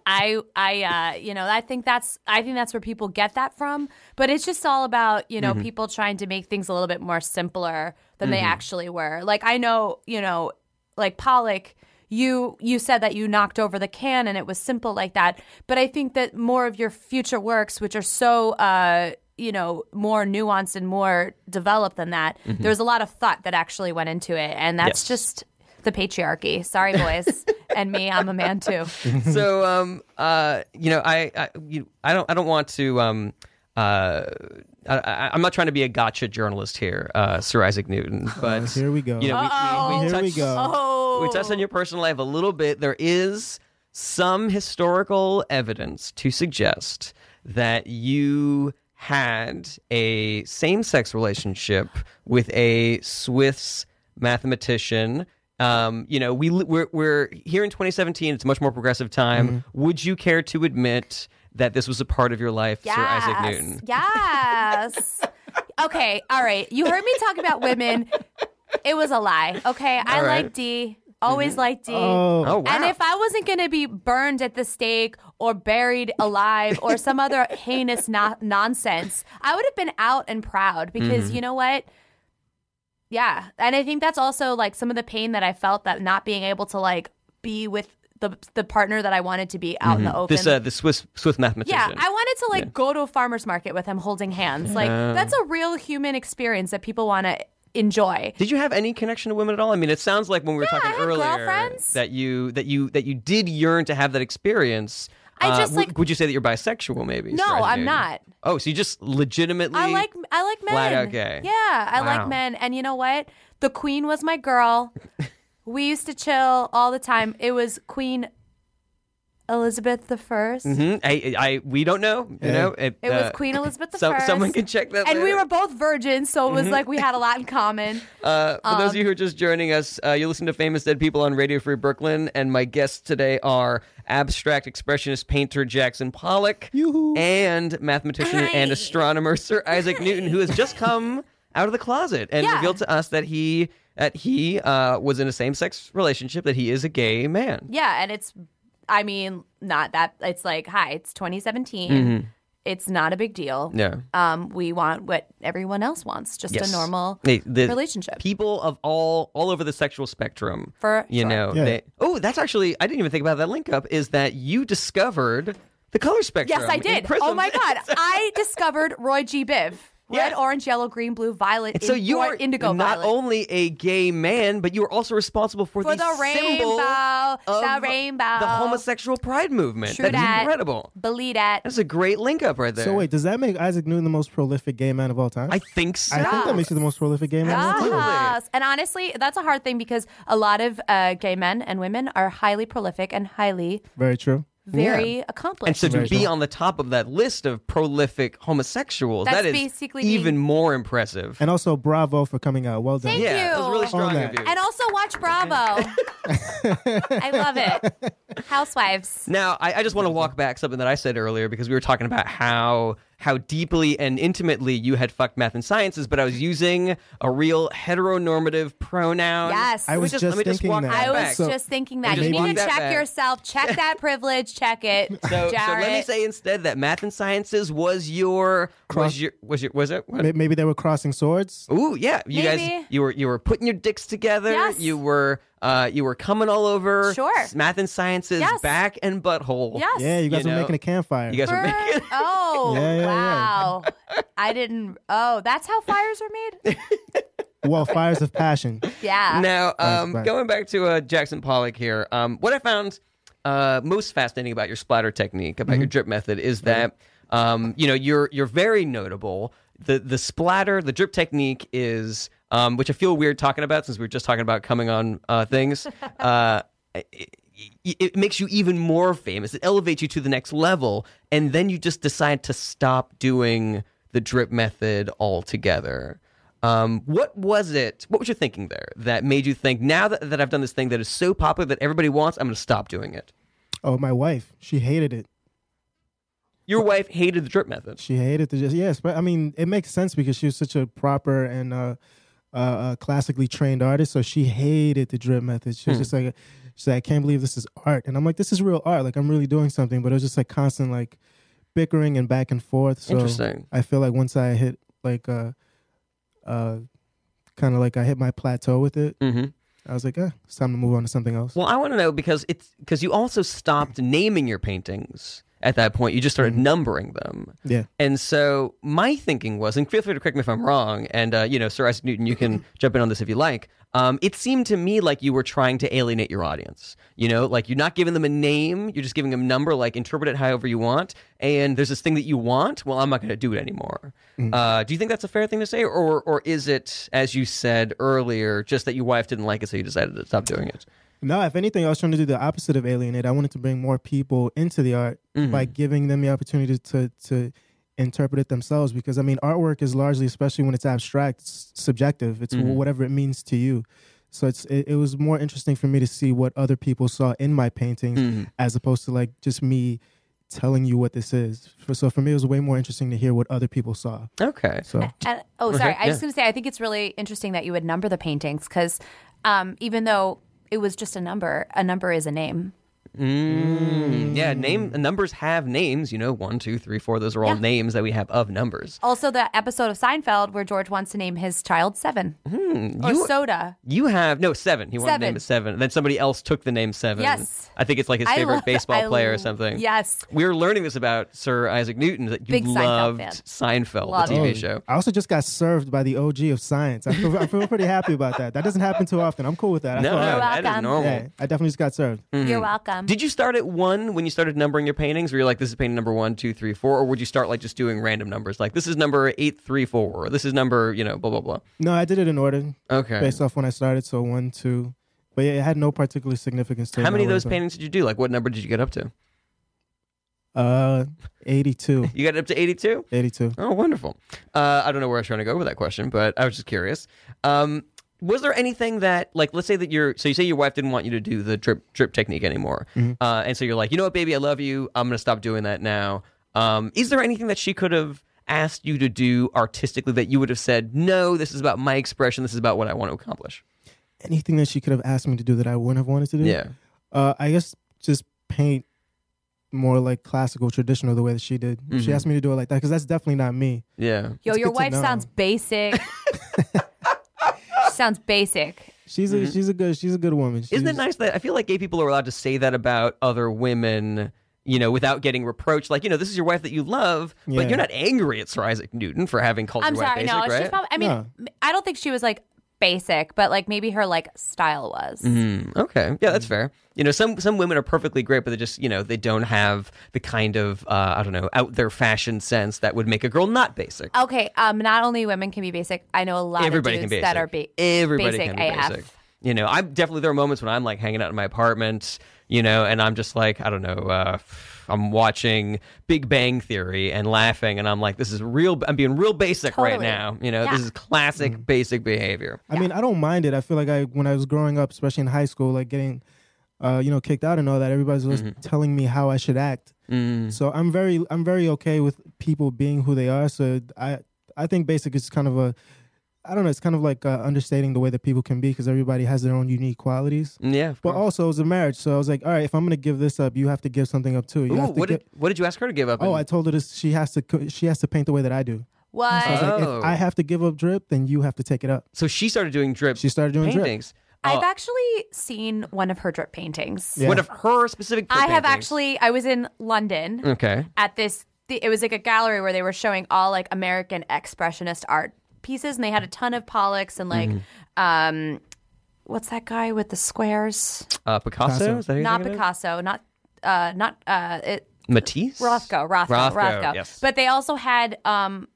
[SPEAKER 4] I I uh, you know I think that's I think that's where people get that from. But it's just all about you know people trying to make things a little bit more simpler than they actually were. Like I know you know like Pollock. You you said that you knocked over the can and it was simple like that, but I think that more of your future works, which are so uh, you know more nuanced and more developed than that, there was a lot of thought that actually went into it, and that's
[SPEAKER 1] Mm-hmm. Yes.
[SPEAKER 4] just the patriarchy. Sorry,
[SPEAKER 1] <laughs>
[SPEAKER 4] boys, and me, I'm a man too.
[SPEAKER 1] <laughs> so um uh you know I I you, I don't I don't want to um uh I, I, I'm not trying to be a gotcha journalist here, uh, Sir Isaac Newton, but
[SPEAKER 5] here we go.
[SPEAKER 1] You know, we, we,
[SPEAKER 4] Uh-oh.
[SPEAKER 1] we
[SPEAKER 5] Here
[SPEAKER 1] touched,
[SPEAKER 5] we go.
[SPEAKER 4] Oh,
[SPEAKER 1] We touched on your personal life a little bit. There is some historical evidence to suggest that you had a same sex relationship with a Swiss mathematician Um, you know, we li- we're we're here in 2017. It's a much more progressive time.
[SPEAKER 4] Mm-hmm.
[SPEAKER 1] Would you care to admit that this was a part of your life, Sir Isaac Newton? <laughs>
[SPEAKER 4] Yes. okay. All right. You heard me talk about women. It was a lie. Okay. I
[SPEAKER 1] All right. Mm-hmm.
[SPEAKER 4] like D. Always like D.
[SPEAKER 5] Oh,
[SPEAKER 1] Oh wow!
[SPEAKER 4] And if I wasn't going to be burned at the stake or buried alive or some other
[SPEAKER 1] <laughs>
[SPEAKER 4] heinous no- nonsense, I would have been out and proud because
[SPEAKER 1] Mm-hmm.
[SPEAKER 4] you know what? Yeah. And I think that's also like some of the pain that I felt that not being able to like be with the the partner that I wanted to be out in the open.
[SPEAKER 1] this uh, the Swiss Swiss
[SPEAKER 4] yeah,
[SPEAKER 1] mathematician.
[SPEAKER 4] I wanted to like go to a farmer's market with him holding hands. Like that's a real human experience that people want to enjoy.
[SPEAKER 1] Did you have any connection to women at all? I mean, it sounds like when we were
[SPEAKER 4] Yeah, I
[SPEAKER 1] talking
[SPEAKER 4] had
[SPEAKER 1] earlier
[SPEAKER 4] girlfriends.
[SPEAKER 1] that you that you that you did yearn to have that experience.
[SPEAKER 4] I
[SPEAKER 1] Uh,
[SPEAKER 4] just,
[SPEAKER 1] would-
[SPEAKER 4] like-
[SPEAKER 1] Would you say that you're bisexual? Maybe.
[SPEAKER 4] No,
[SPEAKER 1] Sir Isaac
[SPEAKER 4] I'm
[SPEAKER 1] Newton?
[SPEAKER 4] not.
[SPEAKER 1] Oh, so you just legitimately.
[SPEAKER 4] I like I like men.
[SPEAKER 1] Flat out gay.
[SPEAKER 4] Yeah, I
[SPEAKER 1] Wow.
[SPEAKER 4] like men. And you know what? The queen was
[SPEAKER 1] <laughs>
[SPEAKER 4] my girl. we used to chill all the time. It was Queen Elizabeth the 1st
[SPEAKER 1] Mhm. I, I we don't know. You
[SPEAKER 5] Yeah.
[SPEAKER 1] know. It,
[SPEAKER 4] It was
[SPEAKER 1] uh,
[SPEAKER 4] Queen Elizabeth the
[SPEAKER 1] so-
[SPEAKER 4] First.
[SPEAKER 1] someone can check that.
[SPEAKER 4] and we
[SPEAKER 1] later.
[SPEAKER 4] were both virgins, so it
[SPEAKER 1] Mm-hmm.
[SPEAKER 4] was like we had a lot in common.
[SPEAKER 1] Uh, for
[SPEAKER 4] Um,
[SPEAKER 1] those of you who are just joining us, uh, you listen to Famous Dead People on Radio Free Brooklyn, and my guests today are abstract expressionist painter Jackson Pollock
[SPEAKER 5] Yoo-hoo.
[SPEAKER 1] and mathematician
[SPEAKER 4] Hi.
[SPEAKER 1] and astronomer Sir Isaac Newton, who has just come out of the closet and
[SPEAKER 4] Yeah.
[SPEAKER 1] revealed to us that he that he uh, was in a same sex relationship, that he is a gay man.
[SPEAKER 4] Yeah, and it's I mean, not that it's like, hi, it's 2017. It's not a big deal.
[SPEAKER 1] Mm-hmm. Yeah.
[SPEAKER 4] Um, we want what everyone else wants, just
[SPEAKER 1] Yes.
[SPEAKER 4] a normal
[SPEAKER 1] They- the
[SPEAKER 4] relationship.
[SPEAKER 1] People of all all over the sexual spectrum.
[SPEAKER 4] For
[SPEAKER 1] you
[SPEAKER 4] sure.
[SPEAKER 1] know.
[SPEAKER 5] Yeah.
[SPEAKER 1] They, oh, that's actually I didn't even think about that link up. Is that you discovered the color spectrum?
[SPEAKER 4] Yes, I
[SPEAKER 1] in
[SPEAKER 4] did.
[SPEAKER 1] Prism.
[SPEAKER 4] Oh my god,
[SPEAKER 1] <laughs>
[SPEAKER 4] I discovered Roy G. Biv. Red,
[SPEAKER 1] Yeah.
[SPEAKER 4] orange, yellow, green, blue, violet.
[SPEAKER 1] And so
[SPEAKER 4] in-
[SPEAKER 1] you
[SPEAKER 4] or
[SPEAKER 1] are
[SPEAKER 4] indigo
[SPEAKER 1] not
[SPEAKER 4] violet.
[SPEAKER 1] only a gay man, but you are also responsible for,
[SPEAKER 4] for the,
[SPEAKER 1] symbol
[SPEAKER 4] rainbow, the
[SPEAKER 1] of
[SPEAKER 4] rainbow,
[SPEAKER 1] the homosexual pride movement.
[SPEAKER 4] True
[SPEAKER 1] That's
[SPEAKER 4] dat.
[SPEAKER 1] incredible.
[SPEAKER 4] Believe that.
[SPEAKER 1] That's a great link up right there.
[SPEAKER 5] So wait, does that make Isaac Newton the most prolific gay man of all time?
[SPEAKER 1] I think so.
[SPEAKER 5] I think that makes you the most prolific gay man. of all time.
[SPEAKER 4] Yes. And honestly, that's a hard thing because a lot of uh, gay men and women are highly prolific and highly,
[SPEAKER 5] Very true.
[SPEAKER 4] very accomplished.
[SPEAKER 1] and so to
[SPEAKER 5] Very
[SPEAKER 1] be
[SPEAKER 5] cool.
[SPEAKER 1] on the top of that list of prolific homosexuals,
[SPEAKER 4] That's
[SPEAKER 1] that is
[SPEAKER 4] basically being-
[SPEAKER 1] even more impressive.
[SPEAKER 5] And also, bravo for coming out. Well done.
[SPEAKER 4] Thank
[SPEAKER 1] yeah, that was really
[SPEAKER 4] you.
[SPEAKER 1] strong
[SPEAKER 5] Own
[SPEAKER 1] of
[SPEAKER 5] that.
[SPEAKER 1] you.
[SPEAKER 4] And also
[SPEAKER 1] <laughs>
[SPEAKER 4] watch Bravo. I love it. Housewives.
[SPEAKER 1] Now, I, I just want to walk back something that I said earlier because we were talking about how how deeply and intimately you had fucked math and sciences, but I was using a real heteronormative pronoun.
[SPEAKER 4] Yes.
[SPEAKER 5] I
[SPEAKER 1] Let me
[SPEAKER 5] was
[SPEAKER 1] just,
[SPEAKER 5] just
[SPEAKER 1] let me just
[SPEAKER 5] thinking
[SPEAKER 1] walk
[SPEAKER 5] that.
[SPEAKER 1] that
[SPEAKER 4] I
[SPEAKER 1] back.
[SPEAKER 4] was
[SPEAKER 5] So-
[SPEAKER 4] just thinking that.
[SPEAKER 1] And
[SPEAKER 4] You
[SPEAKER 1] just
[SPEAKER 4] need
[SPEAKER 1] walk
[SPEAKER 4] to
[SPEAKER 1] that
[SPEAKER 4] check
[SPEAKER 1] back.
[SPEAKER 4] yourself. Check that privilege. Check it.
[SPEAKER 1] so, so let me
[SPEAKER 4] Jarrett.
[SPEAKER 1] say instead that math and sciences was your was your was your was it? What?
[SPEAKER 5] May- Maybe they were crossing swords.
[SPEAKER 1] Ooh, yeah. You guys
[SPEAKER 4] Maybe.
[SPEAKER 1] you were you were putting your dicks together.
[SPEAKER 4] Yes.
[SPEAKER 1] You were uh you were coming all over
[SPEAKER 4] Sure.
[SPEAKER 1] s- math and sciences
[SPEAKER 4] Yes.
[SPEAKER 1] back and butthole.
[SPEAKER 4] Yes.
[SPEAKER 5] Yeah, you guys
[SPEAKER 1] You
[SPEAKER 5] were
[SPEAKER 1] know,
[SPEAKER 5] making a campfire.
[SPEAKER 1] You guys were making
[SPEAKER 4] Burn-
[SPEAKER 1] <laughs>
[SPEAKER 4] Oh,
[SPEAKER 5] Yeah, yeah, yeah.
[SPEAKER 4] wow. I didn't. Oh, that's how fires are
[SPEAKER 1] <laughs>
[SPEAKER 4] made?
[SPEAKER 5] well, fires of passion.
[SPEAKER 4] Yeah.
[SPEAKER 1] Now, um,
[SPEAKER 5] right.
[SPEAKER 1] going back to uh, Jackson Pollock here, um, what I found uh, most fascinating about your splatter technique, about your drip method, is that um, you know you're you're very notable. The the splatter, the drip technique is, um, which I feel weird talking about since we were just talking about coming on uh, things. Uh, it, it- it makes you even more famous. It elevates you to the next level, and then you just decide to stop doing the drip method altogether. Um, what was it? What was your thinking there that made you think now that, that I've done this thing that is so popular that everybody wants, I'm going to stop doing it?
[SPEAKER 5] Oh, my wife. She hated it.
[SPEAKER 1] Your wife hated the drip method.
[SPEAKER 5] She hated to just yes, but I mean it makes sense because she was such a proper and uh, uh, uh classically trained artist, so she hated the drip method.
[SPEAKER 1] Hmm.
[SPEAKER 5] She was just like, she's like, I can't believe this is art, and I'm like, this is real art. Like I'm really doing something, but it was just like constant like bickering and back and forth. So
[SPEAKER 1] Interesting.
[SPEAKER 5] I feel like once I hit like uh uh kind of like I hit my plateau with it,
[SPEAKER 1] Mhm.
[SPEAKER 5] I was like, eh, it's time to move on to something else.
[SPEAKER 1] Well, I want to know because it's because you also stopped naming your paintings at that point. You just started numbering them.
[SPEAKER 5] yeah.
[SPEAKER 1] And so my thinking was, and feel free to correct me if I'm wrong, and uh, you know, Sir Isaac Newton, you can jump in on this if you like. Um, it seemed to me like you were trying to alienate your audience. You know, like you're not giving them a name, you're just giving them a number, like interpret it however you want. And there's this thing that you want. Well, I'm not going to do it anymore. Uh, do you think that's a fair thing to say, or or is it, as you said earlier, just that your wife didn't like it, so you decided to stop doing it?
[SPEAKER 5] No, if anything, I was trying to do the opposite of alienate. I wanted to bring more people into the art
[SPEAKER 1] Mm-hmm.
[SPEAKER 5] by giving them the opportunity to to interpret it themselves. Because I
[SPEAKER 1] Mm-hmm.
[SPEAKER 5] mean, artwork is largely, especially when it's abstract, it's subjective. It's whatever it means to you. So it's it, it was more interesting for me to see what other people saw in my paintings
[SPEAKER 1] Mm-hmm.
[SPEAKER 5] as opposed to like just me telling you what this is. For, so for me, it was way more interesting to hear what other people saw.
[SPEAKER 1] Okay.
[SPEAKER 5] So
[SPEAKER 4] And, oh, sorry.
[SPEAKER 1] ahead,
[SPEAKER 4] I was
[SPEAKER 1] yeah.
[SPEAKER 4] going to say, I think it's really interesting that you would number the paintings because um, even though it was just a number, a number is a name.
[SPEAKER 1] Mm, yeah, name numbers have names. You know, one, two, three, four. Those are all
[SPEAKER 4] Yeah.
[SPEAKER 1] names that we have of numbers.
[SPEAKER 4] Also, the episode of Seinfeld where George wants to name his child Seven or
[SPEAKER 1] Mm-hmm. you-
[SPEAKER 4] Soda.
[SPEAKER 1] You have no seven. He wanted to name
[SPEAKER 4] Seven.
[SPEAKER 1] it seven. And then somebody else took the name seven.
[SPEAKER 4] Yes.
[SPEAKER 1] I think it's like his
[SPEAKER 4] I
[SPEAKER 1] favorite
[SPEAKER 4] <laughs> love-
[SPEAKER 1] baseball
[SPEAKER 4] I
[SPEAKER 1] player or
[SPEAKER 4] love-
[SPEAKER 1] something.
[SPEAKER 4] yes.
[SPEAKER 1] We were learning this about Sir Isaac Newton that you
[SPEAKER 4] Big Seinfeld
[SPEAKER 1] loved Seinfeld,
[SPEAKER 4] Love
[SPEAKER 1] the
[SPEAKER 4] it.
[SPEAKER 1] TV
[SPEAKER 5] Oh,
[SPEAKER 1] show.
[SPEAKER 5] I also just got served by the OG of science. I feel, I feel pretty happy about that. That doesn't happen too often. I'm cool with that. I
[SPEAKER 1] No,
[SPEAKER 5] feel
[SPEAKER 1] no,
[SPEAKER 5] all right.
[SPEAKER 1] that is
[SPEAKER 4] welcome.
[SPEAKER 1] normal. Mm-hmm.
[SPEAKER 5] yeah, I definitely just got served.
[SPEAKER 4] You're welcome.
[SPEAKER 1] Hmm. Did you start at one when you started numbering your paintings? Were you like, this is painting number one, two, three, four? Or would you start like just doing random numbers? Like, this is number eight, three, four. Or this is number, you know, blah, blah, blah.
[SPEAKER 5] No, I did it in order
[SPEAKER 1] Okay.
[SPEAKER 5] based off when I started. So one, two, but yeah, it had no particular significance to it.
[SPEAKER 1] How many of
[SPEAKER 5] No
[SPEAKER 1] those
[SPEAKER 5] worries
[SPEAKER 1] paintings did you do? Like, what number did you get up to?
[SPEAKER 5] about it. Uh,
[SPEAKER 1] <laughs>
[SPEAKER 5] 82,
[SPEAKER 1] You got up to 82?
[SPEAKER 5] 82.
[SPEAKER 1] Oh, wonderful. Uh, I don't know where I was trying to go with that question, but I was just curious. Um, was there anything that, like, let's say that you're, so you say your wife didn't want you to do the drip drip technique anymore, uh, and so you're like, you know what, baby, I love you. I'm gonna stop doing that now. Um, is there anything that she could have asked you to do artistically that you would have said, no, this is about my expression. This is about what I want to accomplish.
[SPEAKER 5] Anything that she could have asked me to do that I wouldn't have wanted to do.
[SPEAKER 1] Yeah.
[SPEAKER 5] Uh, I guess just paint more like classical, traditional, the way that she did.
[SPEAKER 1] Mm-hmm.
[SPEAKER 5] She asked me to do it like that because that's definitely not me.
[SPEAKER 1] Yeah.
[SPEAKER 4] Yo, your
[SPEAKER 5] It's good to
[SPEAKER 4] wife
[SPEAKER 5] know.
[SPEAKER 4] sounds
[SPEAKER 1] <laughs>
[SPEAKER 4] basic. she sounds basic.
[SPEAKER 5] She's a she's a good she's a good woman. She's,
[SPEAKER 1] Mm-hmm. Isn't it nice that I feel like gay people are allowed to say that about other women, you know, without getting reproached? Like, you know, this is your wife that you love,
[SPEAKER 5] Yeah.
[SPEAKER 1] but you're not angry at Sir Isaac Newton for having called
[SPEAKER 4] I'm
[SPEAKER 1] your wife
[SPEAKER 4] sorry.
[SPEAKER 1] basic,
[SPEAKER 4] no,
[SPEAKER 1] right?
[SPEAKER 4] she's probably. I mean,
[SPEAKER 5] No.
[SPEAKER 4] m- I don't think she was like basic, but like maybe her like style was.
[SPEAKER 1] Mm, okay, yeah, that's fair. You know, some some women are perfectly great, but they just you know they don't have the kind of uh, I don't know out there fashion sense that would make a girl not basic.
[SPEAKER 4] Okay. Um. Not only women can be basic. I know a lot
[SPEAKER 1] Everybody
[SPEAKER 4] of
[SPEAKER 1] can
[SPEAKER 4] dudes
[SPEAKER 1] be
[SPEAKER 4] that are ba-
[SPEAKER 1] Everybody
[SPEAKER 4] basic
[SPEAKER 1] can be
[SPEAKER 4] AF.
[SPEAKER 1] basic. You know, I'm definitely there are moments when I'm like hanging out in my apartment, you know, and I'm just like, I don't know, uh, I'm watching Big Bang Theory and laughing, and I'm like, this is real. I'm being real basic right
[SPEAKER 4] Totally.
[SPEAKER 1] now. You know,
[SPEAKER 4] Yeah.
[SPEAKER 1] this is classic
[SPEAKER 5] Mm.
[SPEAKER 1] basic behavior.
[SPEAKER 5] I mean, I don't mind it. I feel like I when I was growing up, especially in high school, like getting uh, you know, kicked out and all that, everybody's always
[SPEAKER 1] Mm-hmm.
[SPEAKER 5] telling me how I should act.
[SPEAKER 1] Mm,
[SPEAKER 5] So I'm very I'm very okay with people being who they are. So I I think basic is kind of a I don't know, it's kind of like uh, understating the way that people can be because everybody has their own unique qualities.
[SPEAKER 1] Yeah. of
[SPEAKER 5] But
[SPEAKER 1] course.
[SPEAKER 5] also, it was a marriage, so I was like, all right, if I'm gonna give this up, you have to give something up too. You
[SPEAKER 1] Ooh,
[SPEAKER 5] have to
[SPEAKER 1] what
[SPEAKER 5] give-
[SPEAKER 1] did what did you ask her to give up?
[SPEAKER 5] Oh, I
[SPEAKER 1] And-
[SPEAKER 5] told her this. She has to. co- She has to paint the way that I do.
[SPEAKER 4] What?
[SPEAKER 5] I was like,
[SPEAKER 1] Oh.
[SPEAKER 5] if I have to give up drip, then you have to take it up.
[SPEAKER 1] so she started doing drip.
[SPEAKER 5] She started doing drip.
[SPEAKER 1] paintings. Uh,
[SPEAKER 4] I've actually seen one of her drip paintings.
[SPEAKER 5] Yeah.
[SPEAKER 1] One of her specific. drip
[SPEAKER 4] I have
[SPEAKER 1] paintings. Mm.
[SPEAKER 4] actually. I was in London
[SPEAKER 1] Okay.
[SPEAKER 4] at this. th- It was like a gallery where they were showing all like American expressionist art pieces, and they had a ton of Pollocks and like,
[SPEAKER 1] Mm-hmm.
[SPEAKER 4] um, what's that guy with the squares?
[SPEAKER 1] Uh, Picasso.
[SPEAKER 5] Picasso.
[SPEAKER 1] Is that who you're
[SPEAKER 4] Not
[SPEAKER 1] thinking of?
[SPEAKER 4] Picasso. Not. Uh, not uh, it,
[SPEAKER 1] Matisse.
[SPEAKER 4] Rothko, Rothko, Rothko,
[SPEAKER 1] Yes.
[SPEAKER 4] But they also had um,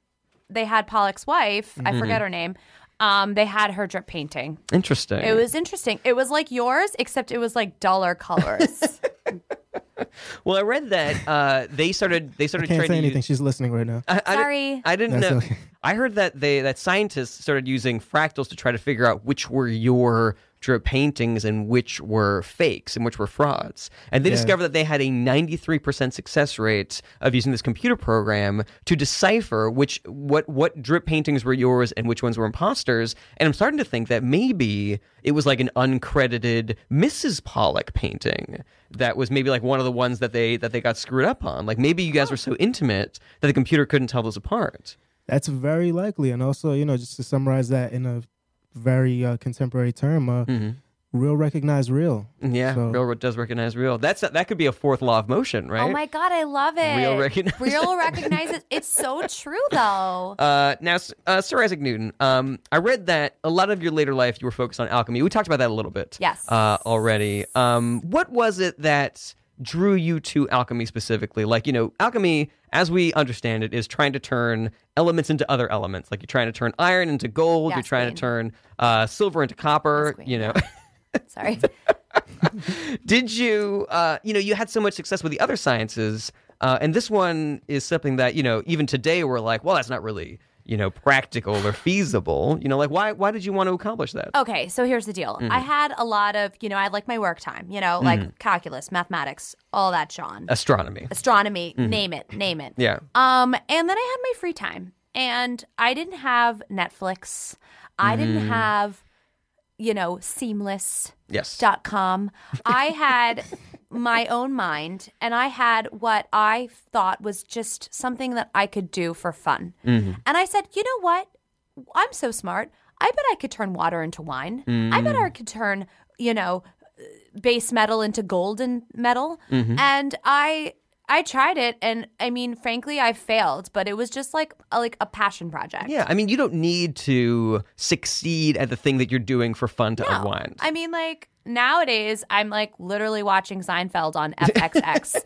[SPEAKER 4] they had Pollock's wife. I
[SPEAKER 1] Mm-hmm.
[SPEAKER 4] forget her name. Um, they had her drip painting.
[SPEAKER 1] Interesting.
[SPEAKER 4] It was interesting. It was like yours, except it was like duller
[SPEAKER 1] <laughs>
[SPEAKER 4] colors.
[SPEAKER 1] Well, I read that uh, they started. They started
[SPEAKER 5] Can't say
[SPEAKER 1] trying to.
[SPEAKER 5] anything.
[SPEAKER 1] Use,
[SPEAKER 5] She's listening right now.
[SPEAKER 1] I, I di-
[SPEAKER 4] Sorry.
[SPEAKER 1] I didn't
[SPEAKER 5] That's
[SPEAKER 1] know.
[SPEAKER 5] okay.
[SPEAKER 1] <laughs> I heard that they that scientists started using fractals to try to figure out which were your true paintings and which were fakes and which were frauds. And they discovered that they had a 93% success rate of using this computer program to decipher which what what drip paintings were yours and which ones were imposters. And I'm starting to think that maybe it was like an uncredited Mrs. Pollock painting that was maybe like one of the ones that they that they got screwed up on. Like maybe you guys were so intimate that the computer couldn't tell those apart.
[SPEAKER 5] That's very likely. And also, you know, just to summarize that in a very uh, contemporary term, uh, real recognize real.
[SPEAKER 1] Yeah,
[SPEAKER 5] So-
[SPEAKER 1] real does recognize real. That's that could be a fourth law of motion, right?
[SPEAKER 4] Oh my god, I love it.
[SPEAKER 1] Real recognize-
[SPEAKER 4] <laughs> Real recognize it. It's so
[SPEAKER 1] <laughs>
[SPEAKER 4] true though.
[SPEAKER 1] Uh, now, S- uh, Sir Isaac Newton, um, I read that a lot of your later life you were focused on alchemy. We talked about that a little bit,
[SPEAKER 4] Yes.
[SPEAKER 1] uh, already. Um, what was it that drew you to alchemy specifically? Like, you know, alchemy, as we understand it, is trying to turn elements into other elements. Like, you're trying to turn iron into gold.
[SPEAKER 4] Yes,
[SPEAKER 1] you're trying
[SPEAKER 4] queen.
[SPEAKER 1] to turn uh, silver into copper.
[SPEAKER 4] queen,
[SPEAKER 1] you know.
[SPEAKER 4] Sorry.
[SPEAKER 1] Did you, uh, you know, you had so much success with the other sciences, uh, and this one is something that you know even today we're like, well, that's not really you know, practical or feasible. You know, like why why did you want to accomplish that?
[SPEAKER 4] Okay, so here's the deal.
[SPEAKER 1] Mm-hmm.
[SPEAKER 4] I had a lot of, you know, I like my work time, you know, like calculus, mathematics, all that, Sean.
[SPEAKER 1] Uh, Astronomy.
[SPEAKER 4] Astronomy,
[SPEAKER 1] mm-hmm.
[SPEAKER 4] name it, name it.
[SPEAKER 1] Yeah.
[SPEAKER 4] Um, and then I had my free time, and I didn't have Netflix. I didn't have, you know, Seamless
[SPEAKER 1] Yes.
[SPEAKER 4] dot com. I had my own mind and I had what I thought was just something that I could do for fun.
[SPEAKER 5] Mm-hmm,
[SPEAKER 4] And I said, you know what? I'm so smart. I bet I could turn water into wine. I bet I could turn, you know, base metal into gold and metal.
[SPEAKER 5] mm-hmm.
[SPEAKER 1] Mm-hmm.
[SPEAKER 4] And I I tried it and I mean frankly I failed, but it was just like a, like a passion project.
[SPEAKER 1] Yeah, I mean, you don't need to succeed at the thing that you're doing for fun to unwind.
[SPEAKER 4] I mean, like nowadays, I'm like literally watching Seinfeld on
[SPEAKER 1] <laughs>
[SPEAKER 4] FXX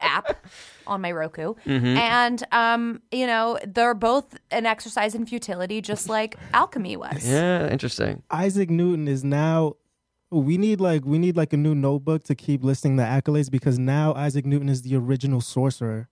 [SPEAKER 4] app on my Roku,
[SPEAKER 5] Mm-hmm.
[SPEAKER 1] Mm-hmm.
[SPEAKER 4] and um, you know, they're both an exercise in futility, just like alchemy was.
[SPEAKER 1] yeah, interesting.
[SPEAKER 5] Isaac Newton is now. We need like we need like a new notebook to keep listing the accolades because now Isaac Newton is the original sorcerer.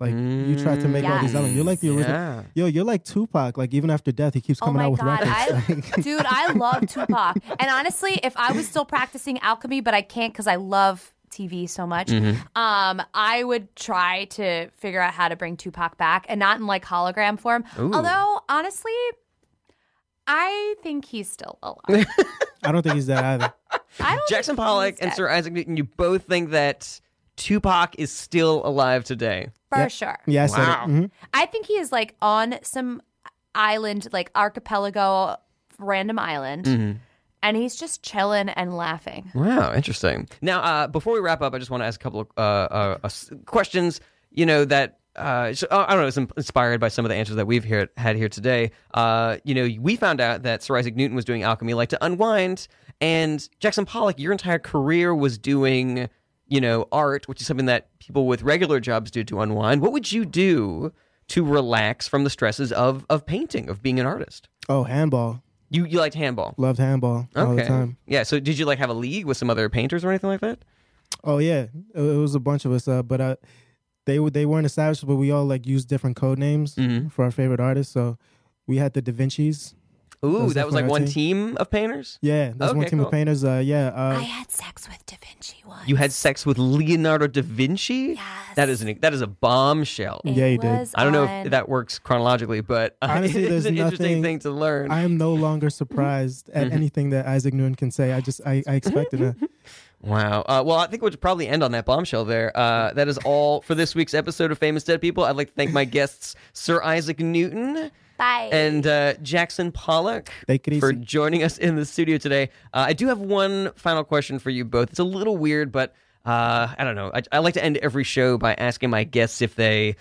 [SPEAKER 5] Like you tried to make all these
[SPEAKER 4] Yes.
[SPEAKER 5] elements. You're like the original.
[SPEAKER 1] Mm, Yeah.
[SPEAKER 5] Yo, you're like Tupac. Like even after death, he keeps
[SPEAKER 4] Oh
[SPEAKER 5] coming
[SPEAKER 4] my
[SPEAKER 5] out with
[SPEAKER 4] god, I,
[SPEAKER 5] records. <laughs> Like,
[SPEAKER 4] dude, I love Tupac. And honestly, if I was still practicing alchemy, but I can't because I love TV so much,
[SPEAKER 1] Mm-hmm.
[SPEAKER 5] Mm-hmm.
[SPEAKER 4] um, I would try to figure out how to bring Tupac back, and not in like hologram form. Although, honestly, I think he's still
[SPEAKER 1] <laughs>
[SPEAKER 4] alive.
[SPEAKER 5] I don't think he's that either.
[SPEAKER 4] I don't
[SPEAKER 1] Jackson
[SPEAKER 4] think he's
[SPEAKER 1] Pollock and
[SPEAKER 4] dead,
[SPEAKER 1] Sir Isaac Newton, you both think that Tupac is still alive today.
[SPEAKER 4] for sure.
[SPEAKER 5] Yeah, I said it. Mhm.
[SPEAKER 4] I think he is like on some island, like archipelago, random island,
[SPEAKER 1] Mm-hmm.
[SPEAKER 4] and he's just chilling and laughing.
[SPEAKER 1] Wow, interesting. Now, uh, before we wrap up, I just want to ask a couple of uh, uh, uh, s- questions. You know that uh, so- I don't know. It's in- inspired by some of the answers that we've here, had here today. Uh, you know, we found out that Sir Isaac Newton was doing alchemy, like to unwind, and Jackson Pollock, your entire career was doing, you know, art, which is something that people with regular jobs do to unwind. What would you do to relax from the stresses of of painting, of being an artist?
[SPEAKER 5] Oh, handball.
[SPEAKER 1] You you liked handball.
[SPEAKER 5] Loved handball all the time.
[SPEAKER 1] Yeah. So did you like have a league with some other painters or anything like that?
[SPEAKER 5] Oh yeah, it, it was a bunch of us. Uh, but uh, they were they weren't established, but we all like used different code names
[SPEAKER 1] Mm-hmm.
[SPEAKER 5] for our favorite artists. So we had the Da Vinci's.
[SPEAKER 1] Ooh,
[SPEAKER 5] Those
[SPEAKER 1] that
[SPEAKER 5] are
[SPEAKER 1] was like
[SPEAKER 5] from our
[SPEAKER 1] one
[SPEAKER 5] team.
[SPEAKER 1] team of painters.
[SPEAKER 5] Yeah, that's one
[SPEAKER 1] Okay,
[SPEAKER 5] team
[SPEAKER 1] cool.
[SPEAKER 5] of painters. Uh, yeah, uh,
[SPEAKER 4] I had sex with Da Vinci once.
[SPEAKER 1] You had sex with Leonardo da Vinci. That is an that is a bombshell.
[SPEAKER 5] Yeah, you did.
[SPEAKER 1] I don't know
[SPEAKER 4] on-
[SPEAKER 1] if that works chronologically, but uh, <laughs>
[SPEAKER 5] Honestly,
[SPEAKER 1] it's
[SPEAKER 5] there's
[SPEAKER 1] an interesting thing
[SPEAKER 5] nothing-
[SPEAKER 1] to learn.
[SPEAKER 5] I am no longer surprised at
[SPEAKER 1] Mm-hmm.
[SPEAKER 5] anything that Isaac Newton can say. I just I,
[SPEAKER 1] <laughs>
[SPEAKER 5] I expected it.
[SPEAKER 1] Wow. Uh, well, I think we'll just probably end on that bombshell there. Uh, that is all for this week's episode of Famous Dead People. I'd like to thank my guests, Sir Isaac Newton.
[SPEAKER 4] Bye.
[SPEAKER 1] and uh, Jackson Pollock
[SPEAKER 5] Take it
[SPEAKER 1] for
[SPEAKER 5] easy.
[SPEAKER 1] joining us in the studio today. Uh, I do have one final question for you both. It's a little weird, but uh, I don't know. I, I like to end every show by asking my guests if they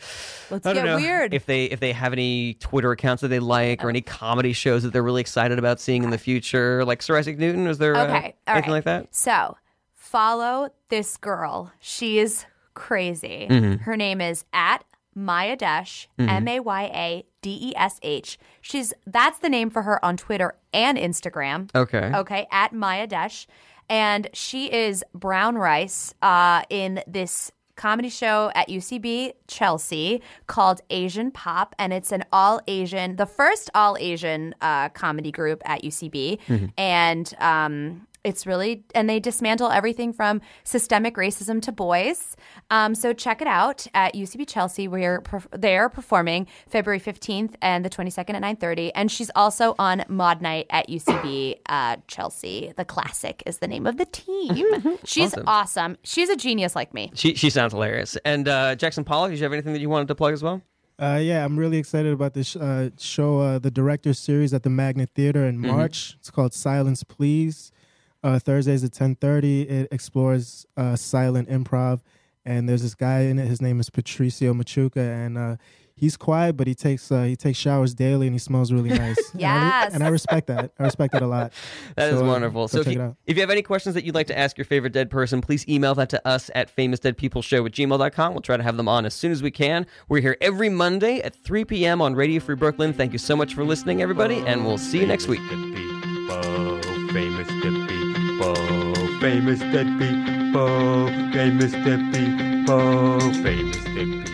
[SPEAKER 4] Let's
[SPEAKER 1] I don't
[SPEAKER 4] get
[SPEAKER 1] know,
[SPEAKER 4] weird.
[SPEAKER 1] if they if they have any Twitter accounts that they
[SPEAKER 4] Oh.
[SPEAKER 1] like or any comedy shows that they're really excited about seeing in the future. Like Sir Isaac Newton, was there uh,
[SPEAKER 4] Okay, all
[SPEAKER 1] anything like
[SPEAKER 4] right.
[SPEAKER 1] that?
[SPEAKER 4] so follow this girl. She is crazy.
[SPEAKER 1] Mm-hmm.
[SPEAKER 4] Her name is at Maya Desh, M A Y A D E S H. She's that's the name for her on Twitter and Instagram.
[SPEAKER 1] Okay.
[SPEAKER 4] Okay, at Maya Desh. And she is brown rice uh, in this comedy show at UCB Chelsea called Asian Pop. And it's an all Asian, the first all Asian uh, comedy group at UCB. And, um, it's really, and they dismantle everything from systemic racism to boys. Um, so check it out at UCB Chelsea. We're perf- they're performing February fifteenth and the twenty second at nine thirty, and she's also on Mod Night at UCB uh, Chelsea. The classic is the name of the team. she's awesome. She's a genius like me.
[SPEAKER 1] She, she sounds hilarious. And uh, Jackson Pollock, did you have anything that you wanted to plug as well?
[SPEAKER 5] Uh, yeah, I'm really excited about this uh, show, uh, the director's series at the Magnet Theater
[SPEAKER 1] Mm-hmm.
[SPEAKER 5] in March. It's called Silence Please. Uh, Thursdays at 10:30. It explores uh, silent improv, and there's this guy in it. His name is Patricio Machuca, and uh, he's quiet, but he takes uh, he takes showers daily, and he smells really nice. And I-
[SPEAKER 4] Yes.
[SPEAKER 5] and I, respect that. I respect that a lot.
[SPEAKER 1] <laughs> That is
[SPEAKER 5] So, uh,
[SPEAKER 1] wonderful.
[SPEAKER 5] go
[SPEAKER 1] So if
[SPEAKER 5] check it
[SPEAKER 1] you,
[SPEAKER 5] out.
[SPEAKER 1] if you have any questions that you'd like to ask your favorite dead person, please email that to us at famousdeadpeopleshow at gmail.com. We'll try to have them on as soon as we can. We're here every Monday at 3 p.m. on Radio Free Brooklyn. Thank you so much for listening, everybody, and we'll see you next week.
[SPEAKER 2] dead people, famous dead people, famous dead people, famous dead people, famous dead people.